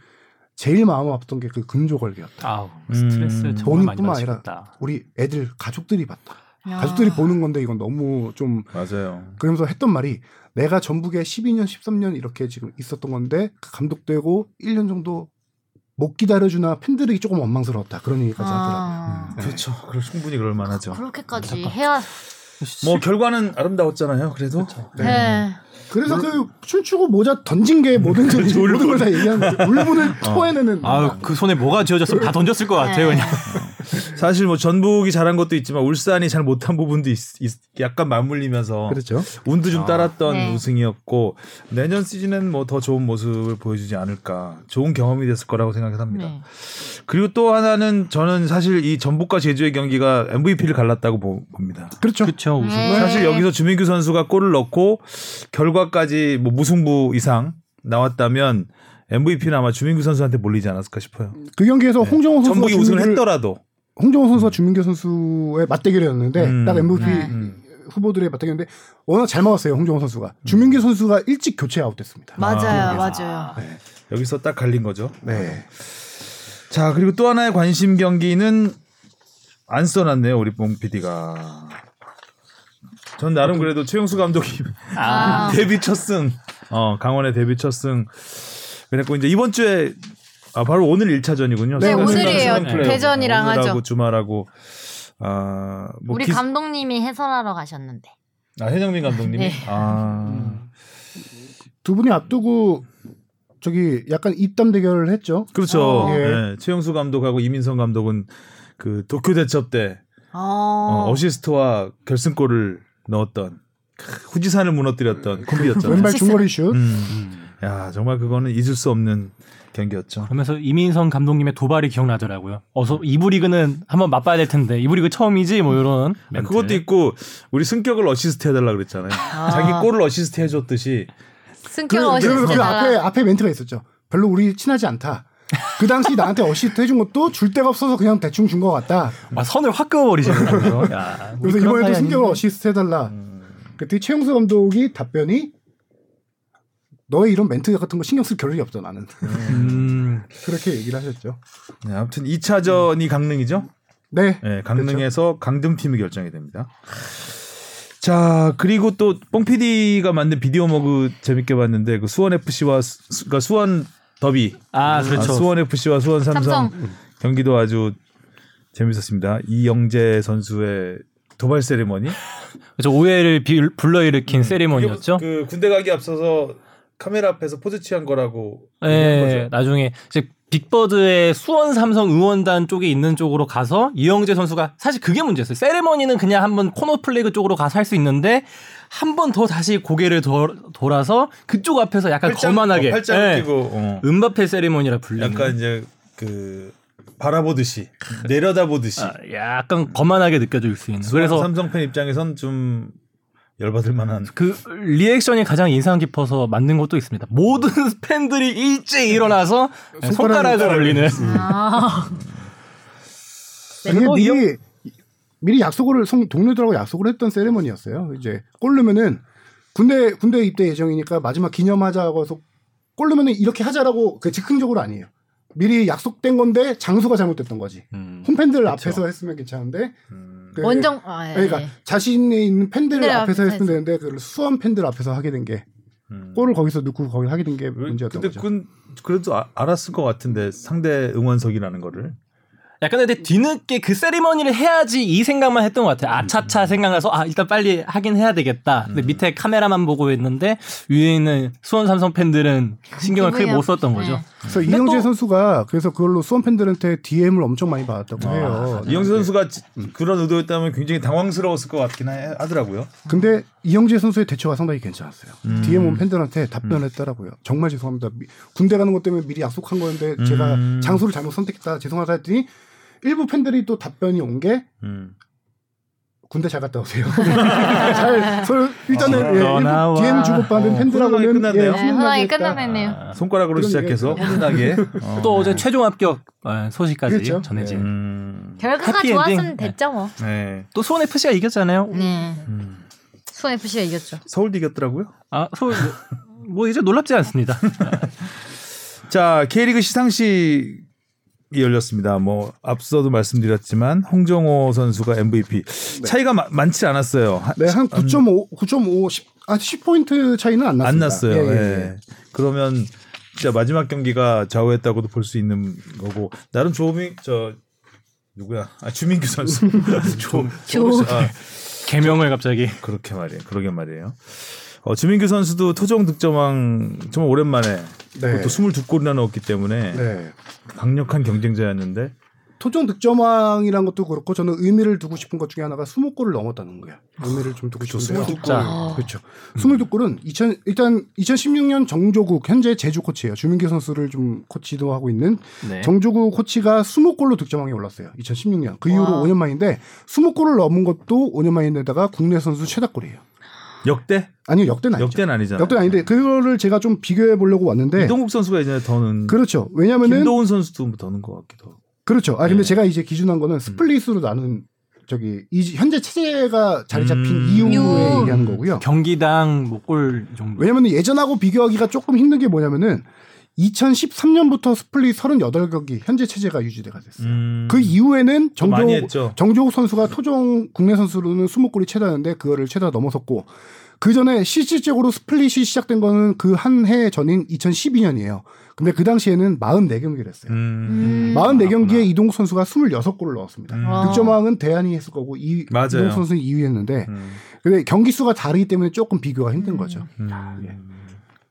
제일 마음 아팠던 게 그 금조걸기였다. 아우 스트레스 음. 정말 많이 본인뿐만 아니라 받았다. 우리 애들 가족들이 봤다. 야. 가족들이 보는 건데 이건 너무 좀 맞아요. 그러면서 했던 말이 내가 전북에 12년 13년 이렇게 지금 있었던 건데 그 감독되고 1년 정도 못 기다려주나 팬들이 조금 원망스러웠다 그런 얘기까지 하더라고요. 음. 아, 그렇죠. 그럼 충분히 그럴 만하죠. 그렇게까지 해야. 뭐 결과는 아름다웠잖아요. 그래도 네. 네. 그래서 그 춤추고 모자 던진 게 모든 걸- 모든 걸 다 얘기하는 거죠. 울분을 토해내는 아우 그 손에 뭐가 쥐어졌으면 다 던졌을 것 같아요 네. 그냥. 사실 뭐 전북이 잘한 것도 있지만 울산이 잘 못한 부분도 있, 있- 약간 맞물리면서 그렇죠. 운도 좀 따랐던 네. 우승이었고 내년 시즌엔 뭐 더 좋은 모습을 보여주지 않을까 좋은 경험이 됐을 거라고 생각합니다. 네. 그리고 또 하나는 저는 사실 이 전북과 제주의 경기가 MVP를 갈랐다고 보- 봅니다. 그렇죠. 그렇죠. 네. 사실 여기서 주민규 선수가 골을 넣고 결과까지 뭐 무승부 이상 나왔다면 MVP는 아마 주민규 선수한테 몰리지 않았을까 싶어요. 그 경기에서 홍정호 네. 선수가 전북이 우승을 주민규를- 했더라도 홍정호 선수와 주민규 선수의 맞대결이었는데 음. 딱 MVP 네. 음. 후보들의 맞대결인데 워낙 잘 막았어요 홍정호 선수가 주민규 음. 선수가 일찍 교체 아웃됐습니다. 맞아요, 맞아요. 여기서 딱 갈린 거죠. 네. 자 그리고 또 하나의 관심 경기는 안 써놨네요 우리 뽕 PD가. 전 나름 그래도 최용수 감독이 아, 데뷔 첫승. 어 강원의 데뷔 첫승. 그랬고 이제 이번 주에 아 바로 오늘 1차전이군요. 네, 순간, 오늘이에요. 순간 플레이오프. 대전이랑 하죠. 오늘하고 주말하고 아뭐 우리 감독님이 해설하러 가셨는데. 아 해정민 감독님이 네. 아 두 분이 앞두고 저기 약간 입담 대결을 했죠. 그렇죠. 어. 예. 최영수 감독하고 이민성 감독은 그 도쿄 대첩 때 어, 어. 어시스트와 결승골을 넣었던 크, 후지산을 무너뜨렸던 콤비였잖아요. 왼발 중거리 슛. 네. 음. 야 정말 그거는 잊을 수 없는 경기였죠. 아, 그러면서 이민성 감독님의 도발이 기억나더라고요. 어서 이부 리그는 한번 맛봐야 될 텐데 이부 리그 처음이지 뭐 이런. 멘트. 그것도 있고 우리 승격을 어시스트 해달라 그랬잖아요. 자기 골을 어시스트 해줬듯이 그, 승격 그래서 어시스트 그 앞에 달라. 앞에 멘트가 있었죠. 별로 우리 친하지 않다. 그 당시 나한테 어시스트 해준 것도 줄 데가 없어서 그냥 대충 준 것 같다. 막 아, 선을 확 그어버리시더라고요. 야, 우리 그래서 그런 이번에도 사이 승격을 아닌데. 어시스트 해달라. 음. 그때 최용수 감독이 답변이 너의 이런 멘트 같은 거 신경 쓸 겨를이 없어 나는. 음, 그렇게 얘기를 하셨죠. 네, 아무튼 2차전이 강릉이죠. 네. 네, 강릉에서 강등 팀이 결정이 됩니다. 자 그리고 또 뽕PD가 만든 비디오 머그 재밌게 봤는데 그 수원 FC와 수, 그러니까 수원 더비 아 그렇죠. 아, 수원 FC와 수원 삼성, 경기도 아주 재밌었습니다. 이영재 선수의 도발 세리머니 그렇죠. 오해를 빌- 불러일으킨 세리머니였죠. 음, 그 군대 가기 앞서서 카메라 앞에서 포즈 취한 그 거라고 예, 나중에 이제 빅버드의 수원 삼성 의원단 쪽에 있는 쪽으로 가서 이영재 선수가 사실 그게 문제였어요. 세레머니는 그냥 한번 코너 플래그 쪽으로 가서 할 수 있는데 한 번 더 다시 고개를 덜- 돌아서 그쪽 앞에서 약간 거만하게 팔짱 예, 끼고 어. 은바페 세레머니라 불리는 약간 이제 그 바라보듯이 내려다보듯이 아, 약간 거만하게 느껴질 수 있는. 그래서 그래서 삼성 팬 입장에선 좀 열받을 만한 그 리액션이 가장 인상 깊어서 만든 것도 있습니다. 모든 팬들이 일제히 일어나서 손가락을 손가락을 올리는. 음. 아. 이게 어, 이영- 네. 미리 미리 약속을 성 동료들하고 약속을 했던 세레머니였어요. 이제 골 넣으면은 군대 군대 입대 예정이니까 마지막 기념하자고 해서 골 넣으면은 이렇게 하자라고 그 즉흥적으로 아니에요. 미리 약속된 건데 장소가 잘못됐던 거지. 음. 홈팬들 앞에서 했으면 괜찮은데 음. 그- 원정 아, 예. 그러니까 자신이 있는 팬들 네, 앞에서 앞에서 했으면 되는데 그 수원 팬들 앞에서 하게 된 게 음. 골을 거기서 넣고 거기 하게 된 게 문제였던 근데 거죠. 그건 그래도 아- 알았을 것 같은데 상대 응원석이라는 거를 약간 근데 뒤늦게 그 세리머니를 해야지 이 생각만 했던 것 같아요. 음. 아차차 생각나서 아 일단 빨리 하긴 해야 되겠다. 근데 밑에 카메라만 보고 있는데 위에 있는 수원 삼성 팬들은 신경을 크게 못 썼던 거죠. 네. 그래서 근데 이영재 또- 선수가 그래서 그걸로 수원 팬들한테 DM을 엄청 많이 받았다고 아, 해요. 이영수 선수가 지- 그런 의도였다면 굉장히 당황스러웠을 것 같긴 하, 하더라고요. 근데 이영재 선수의 대처가 상당히 괜찮았어요. 음. DM 온 팬들한테 답변했더라고요. 정말 죄송합니다. 미- 군대 가는 것 때문에 미리 약속한 거였는데 제가 음. 장소를 잘못 선택했다. 죄송하다 했더니 일부 팬들이 또 답변이 온 게 음. 군대 잘 갔다 오세요. 잘 서로 일단은 아, 예, 너나와. 일부 DM 주고받은 어, 훈훈하게 팬들하고는 끝났네요. 예, 네, 훈훈하게 훈훈하게 했다. 끝나겠네요. 아, 아, 손가락으로 그런 시작해서 훈훈하게 어. 또 어제 최종 합격 어, 소식까지 네. 그렇죠. 전해진. 음. 결과가 해피엔딩. 좋았으면 네. 됐죠 뭐. 네. 또 수원 FC가 이겼잖아요. 네. 음. 수원 FC가 이겼죠. 서울도 이겼더라고요. 아 서울 뭐 이제 놀랍지 않습니다. 자 K리그 시상식이 열렸습니다. 뭐 앞서도 말씀드렸지만 홍정호 선수가 MVP 차이가 마- 많지 않았어요. 하- 네, 한 9.5, 9.5, 10, 아, 10포인트 차이는 안 났습니다. 안 났어요. 예, 예, 예. 예. 그러면 진짜 마지막 경기가 좌우했다고도 볼 수 있는 거고 나름 조민 저 누구야? 아 주민규 선수. 조, 조. 아, 개명을 갑자기. 그렇게 말이에요. 그러게 말이에요. 어, 주민규 선수도 토종 득점왕 정말 오랜만에 네. 또 22골이나 넣었기 때문에 네. 강력한 경쟁자였는데 토종 득점왕이란 것도 그렇고 저는 의미를 두고 싶은 것 중에 하나가 20골을 넘었다는 거야. 의미를 좀 두고 싶은데요. 아. 그렇죠. 22골은 2000 일단 2016년 정조국 현재 제주 코치예요. 주민규 선수를 좀 코치도 하고 있는 네. 정조국 코치가 20골로 득점왕에 올랐어요. 2016년. 그 이후로 와. 5년 만인데 20골을 넘은 것도 5년 만인데다가 국내 선수 최다골이에요. 역대? 아니요 역대는 아니죠. 역대는 아니잖아요. 역대 는 아닌데 그거를 제가 좀 비교해 보려고 왔는데 이동국 선수가 예전에 더는 그렇죠. 왜냐면은 김도훈 선수도 더는 것 같기도 하고. 그렇죠. 아 근데 네. 제가 이제 기준한 거는 스플릿으로 나눈 저기 이 현재 체제가 자리 잡힌 음. 이후에 이후. 얘기하는 거고요. 경기당 뭐골 정도. 왜냐면 예전하고 비교하기가 조금 힘든 게 뭐냐면은 2013년부터 스플릿 38경기 현재 체제가 유지돼가 됐어요. 음. 그 이후에는 좀 많이 정조 했죠. 정조욱 선수가 토종 국내 선수로는 20골이 최다였는데 그거를 최다 넘어섰고 그 전에 실질적으로 스플릿이 시작된 거는 그 한 해 전인 2012년이에요. 근데 그 당시에는 44경기를 했어요. 음. 음. 44경기에 이동욱 선수가 26골을 넣었습니다. 음. 어. 득점왕은 대한이 했을 거고 이, 맞아요. 이동욱 선수는 2위 했는데 음. 근데 경기 수가 다르기 때문에 조금 비교가 힘든 음. 거죠. 음.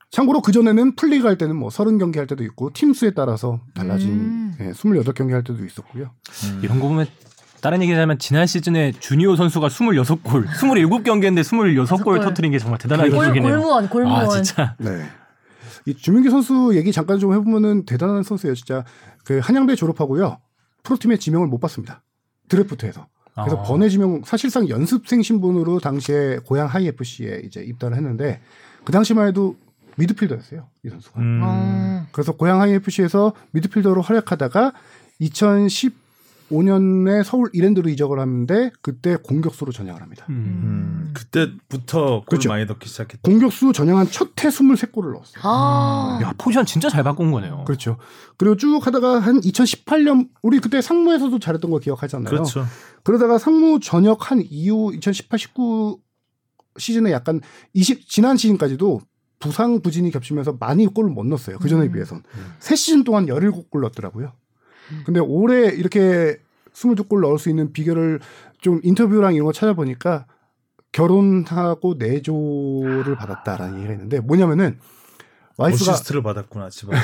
참고로 그전에는 플리그 할 때는 뭐 30경기 할 때도 있고 팀 수에 따라서 달라진 음. 예, 28경기 할 때도 있었고요. 이런 거 보면 다른 얘기하자면 지난 시즌에 주니오 선수가 26골, 27경기인데 26골 골. 터트린 게 정말 대단한 골- 기록이네요. 골무원 아 골무원. 진짜 네. 이 주민규 선수 얘기 잠깐 좀 해보면은 대단한 선수예요, 진짜. 그 한양대 졸업하고요. 프로팀에 지명을 못 받습니다. 드래프트에서. 그래서 아. 번외 지명 사실상 연습생 신분으로 당시에 고양 하이FC에 이제 입단을 했는데 그 당시만 해도 미드필더였어요, 이 선수가. 음. 어. 그래서 고양 하이FC에서 미드필더로 활약하다가 2015년에 서울 이랜드로 이적을 하는데 그때 공격수로 전향을 합니다. 음. 음. 그때부터 골 그렇죠. 많이 넣기 시작했죠. 공격수 전향한 첫해 23골을 넣었어요. 아. 음. 야 포지션 진짜 잘 바꾼 어. 거네요. 그렇죠. 그리고 쭉 하다가 한 2018년 우리 그때 상무에서도 잘했던 거 기억하잖아요. 그렇죠. 러다가 상무 전역한 이후 2018, 19 시즌에 약간 20 지난 시즌까지도 부상 부진이 겹치면서 많이 골을 못 넣었어요. 그 전에 음. 비해선. 음. 세 시즌 동안 17골 넣었더라고요. 근데 올해 이렇게 22골 넣을 수 있는 비결을 좀 인터뷰랑 이런 거 찾아보니까 결혼하고 내조를 받았다라는 얘기가 있는데 뭐냐면은 와이프가 어시스트를 받았구나 집안.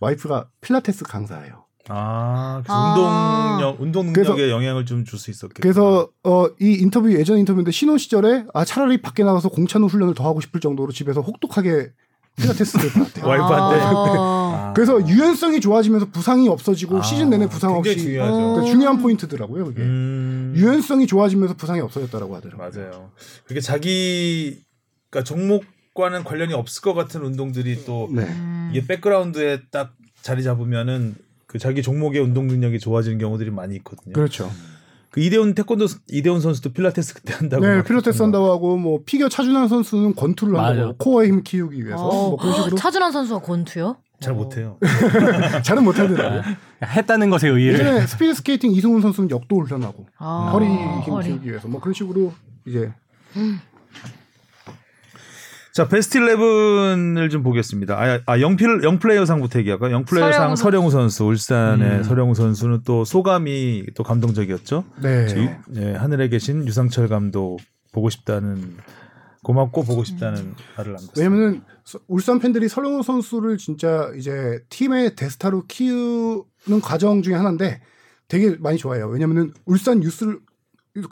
와이프가 필라테스 강사예요. 아, 그래서 아. 운동력, 운동 그래서- 능력에 영향을 좀 줄 수 있었겠. 그래서 네. 어 이 인터뷰 예전 인터뷰인데 신혼 시절에 아 차라리 밖에 나가서 공찬우 훈련을 더 하고 싶을 정도로 집에서 혹독하게 필라테스를 받았대요. 와이프한테. 아. 그래서 유연성이 좋아지면서 부상이 없어지고 시즌 내내 부상 없이 굉장히 중요하죠. 그러니까 중요한 포인트더라고요. 그게 음. 유연성이 좋아지면서 부상이 없어졌다라고 하더라고요. 맞아요. 그게 자기 그러니까 종목과는 관련이 없을 것 같은 운동들이 또 네. 음. 이게 백그라운드에 딱 자리 잡으면은 그 자기 종목의 운동 능력이 좋아지는 경우들이 많이 있거든요. 그, 그렇죠. 이대훈 태권도 선- 이대훈 선수도 필라테스 그때 한다고. 네, 막 필라테스 했던 거. 한다고 하고 뭐 피겨 차준환 선수는 권투를 맞아요. 한다고 코어의 힘 키우기 위해서 어. 뭐 그런 식으로 차준환 선수가 권투요? 잘 못해요. 잘은 못하더라고요. 네. 했다는 것에 의의를 예전에 스피드 스케이팅 이승훈 선수는 역도 훈련하고 아. 허리 힘 허리. 키우기 위해서 뭐 그런 식으로 이제 자 베스트 11을 좀 보겠습니다. 아, 아 영필 영플레이어상부터 얘기할까요? 영플레이어상 서령우 서령우 선수 울산의 음. 서령우 선수는 또 소감이 또 감동적이었죠. 네. 저 유- 예, 하늘에 계신 유상철 감독 보고 싶다는 고맙고 보고 싶다는 말을 남겼어요. 왜냐면은 서- 울산 팬들이 서령호 선수를 진짜 이제 팀의 대스타로 키우는 과정 중에 하나인데 되게 많이 좋아해요. 왜냐면은 울산 뉴스를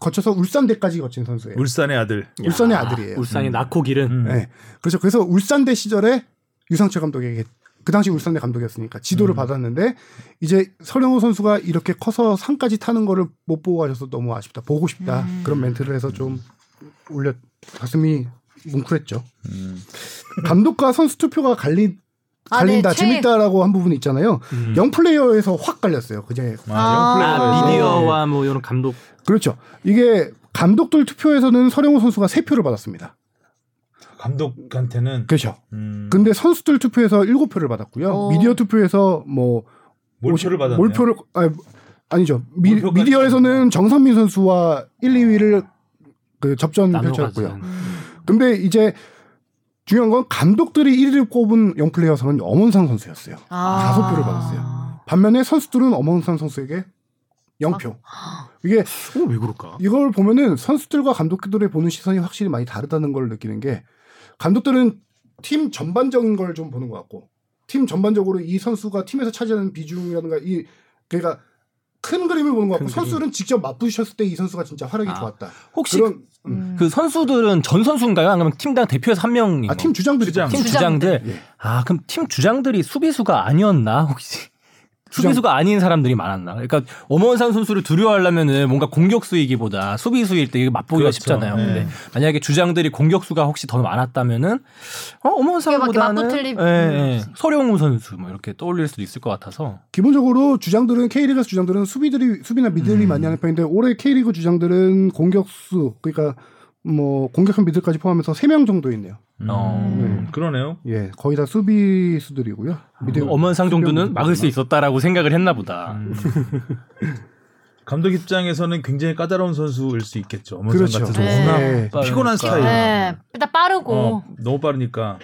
거쳐서 울산대까지 거친 선수예요. 울산의 아들. 울산의 아들이에요. 울산이 낳고 기른 음. 네. 그렇죠. 그래서 울산대 시절에 유상철 감독에게 그 당시 울산대 감독이었으니까 지도를 음. 받았는데 이제 서령호 선수가 이렇게 커서 산까지 타는 거를 못 보고 가셔서 너무 아쉽다. 보고 싶다. 음. 그런 멘트를 해서 좀 올려 가슴이 뭉클했죠. 음. 감독과 선수 투표가 갈리, 아, 갈린다 네, 최- 재밌다라고 한 부분이 있잖아요. 음. 영 플레이어에서 확 갈렸어요. 그제 아, 아, 영플레이어에서. 네. 미디어와 뭐 이런 감독 그렇죠. 이게 감독들 투표에서는 서령호 선수가 세 표를 받았습니다. 감독한테는 그렇죠. 음, 근데 선수들 투표에서 일곱 표를 받았고요. 어. 미디어 투표에서 뭐 몰표를 오십- 받았네요. 몰표를 아니, 아니죠. 미, 몰표까지 디어에서는 정선민 선수와 1, 2위를 그 접전 펼쳤고요. 남녀가지고 음. 근데 이제 중요한 건 감독들이 1위를 꼽은 영플레이어 선은 엄원상 선수였어요. 아. 다섯 표를 받았어요. 반면에 선수들은 엄원상 선수에게 0표. 이게 어, 왜 그럴까? 이걸 보면은 선수들과 감독들의 보는 시선이 확실히 많이 다르다는 걸 느끼는 게 감독들은 팀 전반적인 걸 좀 보는 것 같고 팀 전반적으로 이 선수가 팀에서 차지하는 비중이라든가 이 그러니까 큰 그림을 보는 것 같고 큰 그림. 선수는 직접 맞부셨을 때 이 선수가 진짜 활약이 아, 좋았다. 혹시 그런 음. 그 선수들은 전 선수인가요? 아니면 팀당 대표에서 한 명인가요? 아, 팀 주장들이 주장. 팀 주장들. 주장들. 예. 아, 그럼 팀 주장들이 수비수가 아니었나? 혹시 수비수가 아닌 사람들이 많았나. 그러니까 엄원상 선수를 두려워하려면은 뭔가 공격 수익이보다 수비 수일 때 이게 맛보기가 그렇죠. 쉽잖아요. 네. 근데 만약에 주장들이 공격 수가 혹시 더 많았다면은 어, 그게 밖에 엄원상보다는 맞고 음. 틀림. 예, 예. 서령우 선수 뭐 이렇게 떠올릴 수도 있을 것 같아서 기본적으로 주장들은 K리그 주장들은 수비들이 수비나 음. 미들이 많이 하는 편인데 올해 K리그 주장들은 공격수 그러니까 뭐 공격형 미들까지 포함해서 3명 정도 있네요. 어. 음, 그러네요. 예, 거의 다 수비수들이고요. 미들 어, 엄원상 정도는 막을 수 있었다라고 생각을 했나 보다. 아. 음. 음. 감독 입장에서는 굉장히 까다로운 선수일 수 있겠죠. 엄원상 그렇죠. 같은 네. 선수나 예. 피곤한 스타일. 네. 일단 빠르고 어, 너무 빠르니까.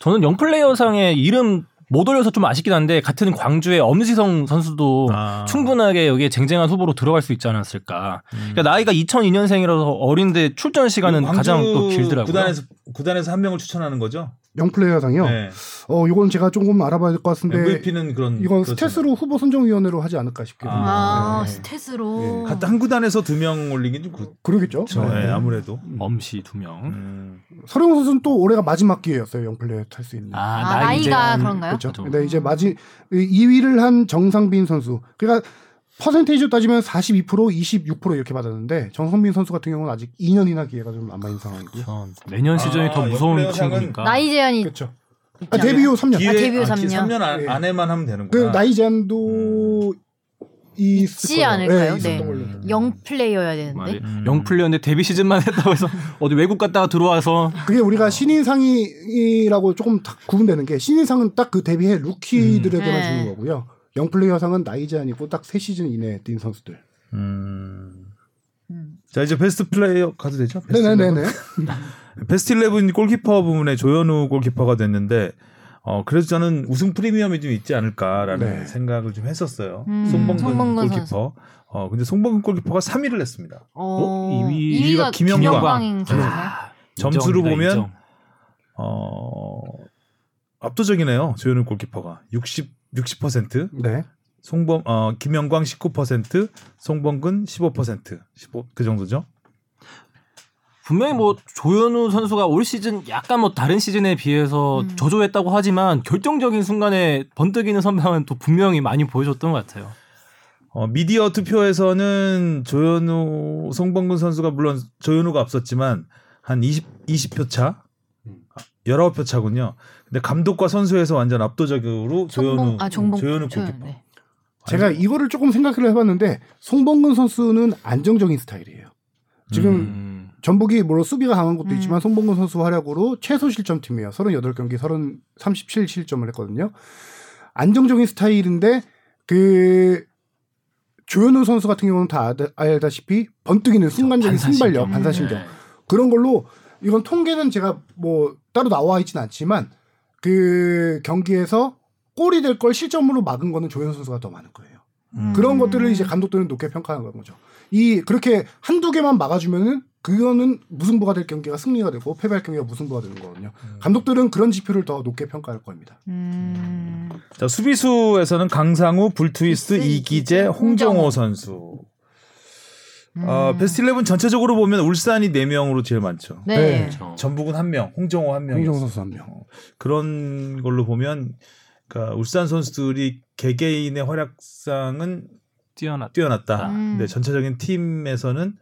저는 영플레이어상의 이름 못 올려서 좀 아쉽긴 한데 같은 광주의 엄지성 선수도 아. 충분하게 여기에 쟁쟁한 후보로 들어갈 수 있지 않았을까. 음. 그러니까 나이가 2002년생이라서 어린데 출전 시간은 광주 가장 또 길더라고요. 구단에서 구단에서 한 명을 추천하는 거죠. 영플레이어상이요. 네. 어, 이건 제가 조금 알아봐야 될 것 같은데 MVP는 그런 이건 그렇잖아요. 스탯으로 후보 선정위원회로 하지 않을까 싶기도 그렇죠. 아. 해요. 아, 네. 스탯으로 같은 예. 한 구단에서 두 명 올리긴 좀 그렇죠. 그러겠죠. 네, 아무래도. 음. 엄시 두 명. 음. 서령 선수는 또 올해가 마지막 기회였어요. 영플레이어 탈 수 있는. 아, 나이 나이가 이제- 그런가요? 그렇죠. 그렇죠. 근데 이제 마지 2위를 한 정상빈 선수. 그러니까 퍼센테이지로 따지면 42%, 26% 이렇게 받았는데 정성빈 선수 같은 경우는 아직 2년이나 기회가 좀 남아 있는 상황이고요. 어, 내년 시즌이 아, 더 무서운 영플레이어상은 친구니까. 나이 제한이 그렇죠. 아, 데뷔 후 3년. 기회 아, 데뷔 후 아, 삼 년. 3년 안, 네. 안에만 하면 그 되는구나. 나이 제한도 있을 있지 거예요. 않을까요? 네, 있었던 네. 걸로. 영 플레이어야 맞아요. 되는데 음. 영플레이어인데 데뷔 시즌만 했다고 해서 어디 외국 갔다가 들어와서 그게 우리가 신인상이라고 조금 딱 구분되는 게 신인상은 딱 그 데뷔해 루키들에게만 음. 주는 네. 거고요. 영플레이어상은 나이 제한이고 딱 3시즌 이내에 뛴 선수들. 음. 음. 자 이제 베스트 플레이어 가도 되죠? 베스트 네네네네. 베스트 11 골키퍼 부문에 조현우 골키퍼가 됐는데 어 그래서 저는 우승 프리미엄이 좀 있지 않을까라는 네. 생각을 좀 했었어요. 음, 송범근, 송범근 골키퍼. 어 근데 송범근 골키퍼가 3위를 했습니다. 어, 이위- 이위가 이위가 김영광. 김영광인 선수인가요? 점수로 인정합니다, 보면 인정. 어 압도적이네요. 조현우 골키퍼가 60 60% 네. 송범 어 김영광 19% 송범근 15%15그 정도죠. 분명히 뭐 조현우 선수가 올 시즌 약간 뭐 다른 시즌에 비해서 음. 저조했다고 하지만 결정적인 순간에 번뜩이는 선방은 또 분명히 많이 보여줬던 것 같아요. 어, 미디어 투표에서는 조현우, 송범근 선수가 물론 조현우가 앞섰지만 한 20, 20표 차? 아, 19표 차군요. 근데 감독과 선수에서 완전 압도적으로 조현우, 음, 송봉 아 종봉 조현우 조현, 골키퍼. 네. 제가 이거를 조금 생각을 해봤는데 송범근 선수는 안정적인 스타일이에요. 지금 음. 전북이 물론 수비가 강한 것도 음. 있지만 송범근 선수 활약으로 최소 실점 팀이에요. 38경기 30, 37 실점을 했거든요. 안정적인 스타일인데 그 조현우 선수 같은 경우는 다 아다- 알다시피 번뜩이는 순간적인 그렇죠. 반사신경. 순발력, 반사신경 네. 그런 걸로 이건 통계는 제가 뭐 따로 나와 있진 않지만 그 경기에서 골이 될 걸 실점으로 막은 거는 조현우 선수가 더 많은 거예요. 음. 그런 음. 것들을 이제 감독들은 높게 평가하는 거죠. 이 그렇게 한두 개만 막아주면은 그거는 무승부가 될 경기가 승리가 되고 패배할 경기가 무승부가 되는 거거든요. 음. 감독들은 그런 지표를 더 높게 평가할 겁니다. 음. 자, 수비수에서는 강상우, 불투이스, 이기재, 이기재, 홍정호. 음. 홍정호 선수. 아, 베스트 11 전체적으로 보면 울산이 4명으로 제일 많죠. 네. 그렇죠. 전북은 1명, 홍정호 1명. 홍정 선수 한 명. 그런 걸로 보면 그러니까 울산 선수들이 개개인의 활약상은 뛰어났다. 뛰어났다. 음. 근데 전체적인 팀에서는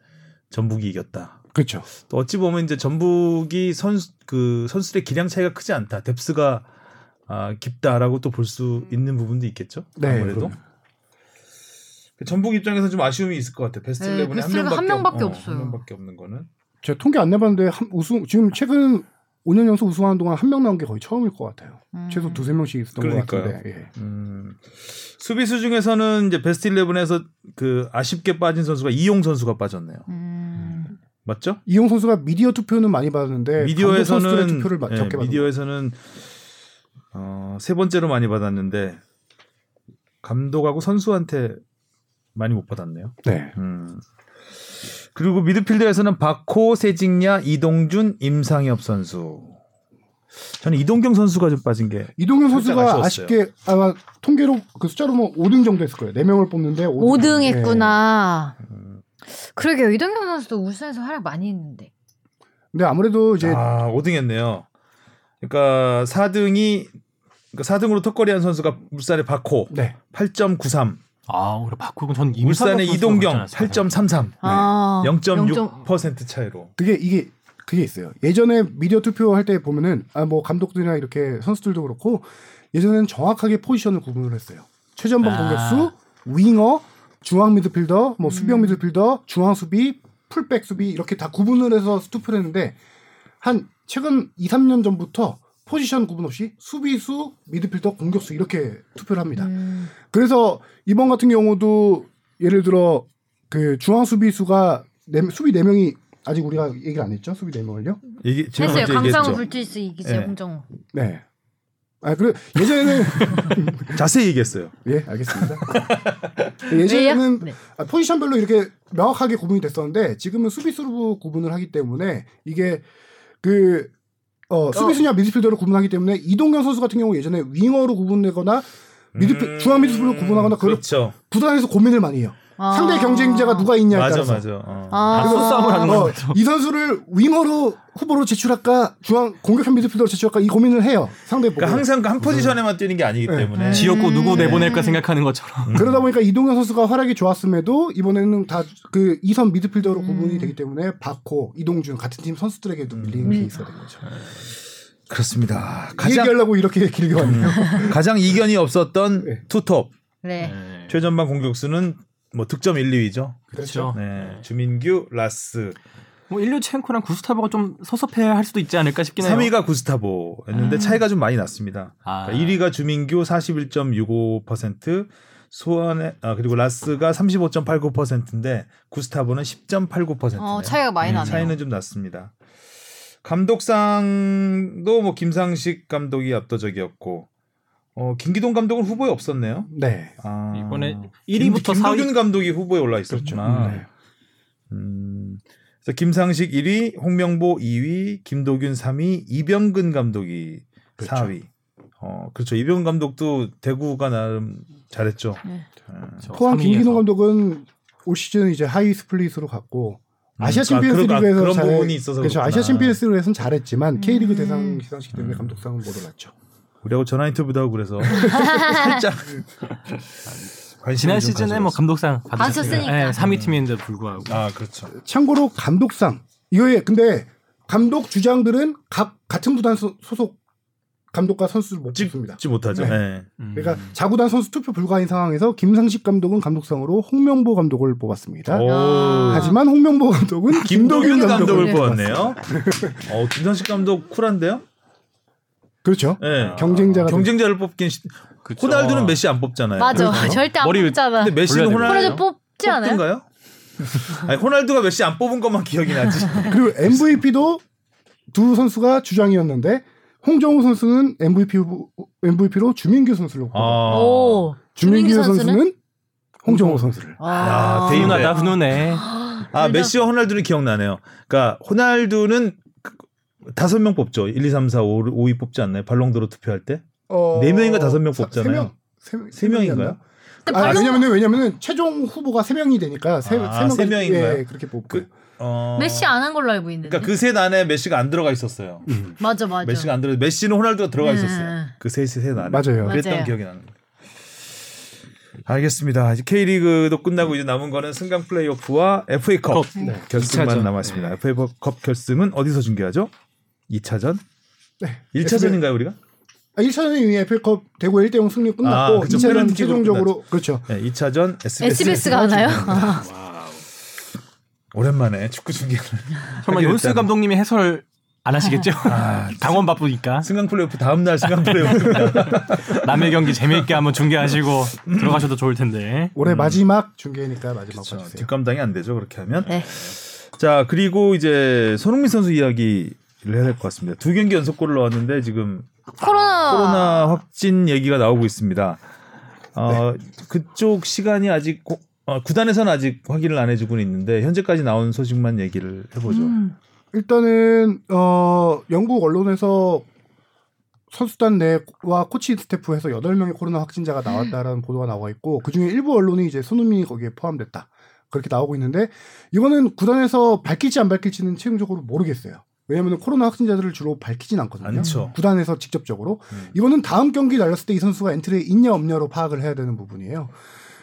전북이 이겼다. 그렇죠. 또 어찌 보면 이제 전북이 선수 그 선수들의 기량 차이가 크지 않다. 뎁스가 아, 깊다라고 또 볼 음. 수 있는 부분도 있겠죠. 네, 아무래도. 그럼요. 그 전북 입장에서 좀 아쉬움이 있을 것 같아. 요 베스트 네, 11에 한 베스트 명밖에, 한 명밖에 없- 어, 없어요. 한 명밖에 없는 거는. 제가 통계 안 내봤는데 한 우승 지금 최근 5년 연속 우승하는 동안 한 명 나온 게 거의 처음일 것 같아요. 음. 최소 두세 명씩 있었던 그러니까요. 것 같은데. 예. 음, 수비수 중에서는 이제 베스트 11에서 그 아쉽게 빠진 선수가 이용 선수가 빠졌네요. 음. 맞죠? 이용 선수가 미디어 투표는 많이 받았는데 미디어에서는 네, 선수들의 미디어에서는 투표를 마- 예, 적게 받았 미디어에서는 어, 세 번째로 많이 받았는데 감독하고 선수한테 많이 못 받았네요. 네. 음. 그리고 미드필더에서는 박호, 세징야, 이동준, 임상엽 선수. 저는 이동경 선수가 좀 빠진 게 이동현 살짝 선수가 아쉬웠어요. 아쉽게 아마 통계로 그 숫자로 보면 5등 정도 했을 거예요. 4명을 뽑는데 5등, 5등 예. 했구나. 그러게요. 이동경 선수도 울산에서 활약 많이 했는데. 근데 아무래도 이제 아, 5등 했네요. 그러니까 4등이 그러니까 4등으로 턱걸이한 선수가 울산의 박호 네. 8.93, 아, 그래 박구근 전 임상혁 울산의 선수가 이동경 그랬잖아요. 8.33, 아, 0.6. 0.6% 차이로. 그게 이게 그게 있어요. 예전에 미디어 투표할 때 보면은 아 뭐 감독들이나 이렇게 선수들도 그렇고 예전에는 정확하게 포지션을 구분을 했어요. 최전방 아. 공격수, 윙어, 중앙 미드필더, 뭐 수비형 미드필더, 중앙 수비, 풀백 수비 이렇게 다 구분을 해서 투표를 했는데 한 최근 2, 3년 전부터 포지션 구분 없이 수비수, 미드필더, 공격수 이렇게 투표를 합니다. 음. 그래서 이번 같은 경우도 예를 들어 그 중앙 수비수가 네, 수비 네 명이 아직 우리가 얘기를 안 했죠 수비 네 명을요. 이게 제가 했어요. 먼저 강상우 얘기했죠. 불출수 이기세 예. 홍정우. 네. 아 그래 예전에는 자세히 얘기했어요. 예 알겠습니다. 예전에는 왜요? 네. 아, 포지션별로 이렇게 명확하게 구분이 됐었는데 지금은 수비수로 구분을 하기 때문에 이게 그 그러니까 어, 수비수냐 미드필더로 구분하기 때문에 이동경 선수 같은 경우 예전에 윙어로 구분되거나 음, 미드필- 중앙 미드필더로 구분하거나 그걸 그렇죠. 부단에서 고민을 많이 해요. 아. 상대 경쟁자가 누가 있냐에 맞아 따라서. 맞아. 어. 아. 박수 싸움을 하는 어, 거. 이 선수를 윙어로 후보로 제출할까 중앙 공격형 미드필더로 제출할까 이 고민을 해요 상대 보고 그러니까 항상 한 포지션에만 뛰는 게 아니기 음. 네. 음. 때문에. 지역구 누구 내보낼까 생각하는 것처럼. 그러다 보니까 이동현 선수가 활약이 좋았음에도 이번에는 다 그 이선 미드필더로 구분이 되기 때문에 박호 이동준 같은 팀 선수들에게도 밀리는 케이스가 된 거죠 그렇습니다. 가장 음, 얘기하려고 이렇게 길게 왔네요 가장 이견이 없었던 네. 투톱 네. 최전방 공격수는 뭐 득점 1, 2위죠. 그렇죠. 네. 주민규, 라스. 뭐 일류첸코랑 구스타보가 좀 섭섭해할 수도 있지 않을까 싶긴 해요. 3위가 음. 구스타보였는데 차이가 좀 많이 났습니다. 그러니까 아. 1위가 주민규 41.65%, 소원의 아 그리고 라스가 35.89%인데 구스타보는 10.89%. 네요. 어, 차이가 많이 음, 나네요. 차이는 좀 났습니다. 감독상도 뭐 김상식 감독이 압도적이었고 어 김기동 감독은 후보에 없었네요. 네 아, 이번에 김- 1위부터 그렇죠. 김도균 4위. 감독이 후보에 올라 있었구나. 네. 음, 네. 그래서 김상식 1위, 홍명보 2위, 김도균 3위, 이병근 감독이 그렇죠. 4위. 어 그렇죠. 이병근 감독도 대구가 나름 잘했죠. 네. 음, 포항 김기동 감독은 올 시즌 이제 하이 스플릿으로 갔고 아시아 아, 챔피언스 그런- 아, 리그에서 그런 잘, 부분이 있어서 그렇죠. 아시아 그렇구나. 챔피언스 리그에서는 잘했지만 K리그 대상 시상식 때문에 음. 감독상은 못 올랐죠. 우리하고 전화 인터뷰도 하고 그래서 살짝 관심을 지난 좀 시즌에 뭐 가져봤어요. 감독상 받으셨으니까. 받으셨으니까 네, 3위 팀인데 불구하고 아 그렇죠. 참고로 감독상 이거에 예, 근데 감독 주장들은 각 같은 구단 소, 속 감독과 선수를 못 뽑습니다. 찍지 못하죠. 네. 네. 음. 그러니까 자구단 선수 투표 불가인 상황에서 김상식 감독은 감독상으로 홍명보 감독을 뽑았습니다. 오. 야. 하지만 홍명보 감독은 어. 아, 김도균 감독을 감독을 뽑았네요. 어, 김상식 감독 쿨한데요? 그렇죠. 네. 경쟁자가 경쟁자를 뽑긴 시... 그쵸. 호날두는 메시 안 뽑잖아요. 맞아. 절대 안 머리 뽑잖아. 근데 메시는 몰라야 호날두 호날두 뽑지 않아요? 뽑던가요? 아니 호날두가 메시 안 뽑은 것만 기억이 나지. 그리고 MVP도 두 선수가 주장이었는데 홍정우 선수는 MVP 후보- MVP로 주민규 선수를 뽑고 아. 오. 주민규 주민규 선수는, 선수는? 홍정우 선수를 야, 네. 대인 아. 훈훈하다 훈훈해. 아 메시와 호날두는 기억나네요. 그러니까 호날두는 그- 다섯 명 뽑죠. 1, 2, 3, 4, 5, 5위 뽑지 않나요? 발롱도로 투표할 때? 네 명인가 다섯 명 뽑잖아요. 어, 세 명, 세 명인가요? 근데 아, 발롱- 왜냐면은 왜냐면은 최종 후보가 세 명이 되니까 세, 아, 세 명, 세 명인가요? 예, 그렇게 뽑고 그- 어... 메시 안 한 걸로 알고 있는데. 그러니까 그 셋 안에 메시가 안 들어가 있었어요. 맞아 맞아. 메시가 안 들어. 메시는 호날두가 들어가 음. 있었어요. 그셋셋 안에. 맞아요. 그랬던 맞아요. 기억이 나는. 거예요. 알겠습니다. 이제 K리그도 끝나고 이제 남은 거는 승강 플레이오프와 FA컵 네, 결승만 이차전. 남았습니다. FA컵 결승은 어디서 중계하죠? 2차전? 네. 1차전인가요, 우리가? 아, 1차전이 이미 FA컵 대구 1대 0 승리 끝났고 아, 그쵸. 2차전 페널티킥으로 최종적으로 그렇죠. 네, 2차전 SBS. SBS가 하나요? 아. 오랜만에 축구 중계를. 정말 하기로 연수 했다는. 감독님이 해설 안 하시겠죠? 당원 바쁘니까 승강 플레이오프 다음 날 승강 플레이오프. 네. 남의 경기 재미있게 한번 중계하시고 들어가셔도 좋을 텐데. 올해 마지막 중계니까 마지막 음. 그렇죠. 봐주세요. 뒷감당이 안 되죠, 그렇게 하면. 네. 자 그리고 이제 손흥민 선수 이야기를 해야 될 것 같습니다. 두 경기 연속골을 넣었는데 지금 코로나. 코로나 아. 확진 얘기가 나오고 있습니다. 어, 그쪽 시간이 아직 고- 어, 구단에서는 아직 확인을 안 해주고는 있는데 현재까지 나온 소식만 얘기를 해보죠. 음. 일단은 어 영국 언론에서 선수단 내와 코치 스태프에서 8명의 코로나 확진자가 나왔다라는 보도가 나와 있고 그중에 일부 언론이 이제 손흥민이 거기에 포함됐다. 그렇게 나오고 있는데 이거는 구단에서 밝힐지 안 밝힐지는 최종적으로 모르겠어요. 왜냐하면 코로나 확진자들을 주로 밝히진 않거든요. 않죠. 구단에서 직접적으로 음. 이거는 다음 경기 날렸을 때 이 선수가 엔트리에 있냐 없냐로 파악을 해야 되는 부분이에요.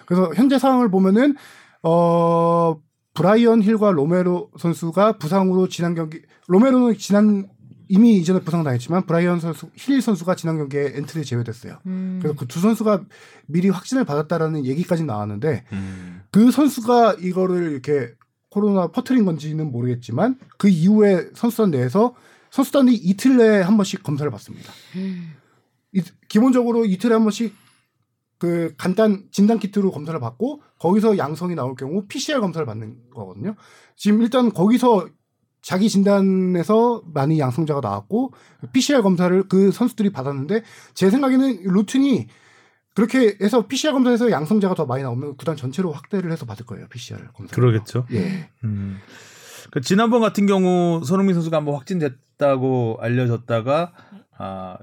그래서 현재 상황을 보면은 어 브라이언 힐과 로메로 선수가 부상으로 지난 경기 로메로는 지난 이미 이전에 부상 당했지만 브라이언 선수 힐 선수가 지난 경기에 엔트리 제외됐어요. 음. 그래서 그 두 선수가 미리 확진을 받았다라는 얘기까지 나왔는데 음. 그 선수가 이거를 이렇게 코로나 퍼트린 건지는 모르겠지만 그 이후에 선수단 내에서 선수단이 이틀 내에 한 번씩 검사를 받습니다. 이- 기본적으로 이틀에 한 번씩 그 간단 진단 키트로 검사를 받고 거기서 양성이 나올 경우 PCR 검사를 받는 거거든요. 지금 일단 거기서 자기 진단에서 많이 양성자가 나왔고 PCR 검사를 그 선수들이 받았는데 제 생각에는 루틴이 그렇게 해서 PCR 검사에서 양성자가 더 많이 나오면 구단 전체로 확대를 해서 받을 거예요 PCR 검사. 그러겠죠. 예. 음. 그 지난번 같은 경우 손흥민 선수가 한번 확진됐다고 알려졌다가 아,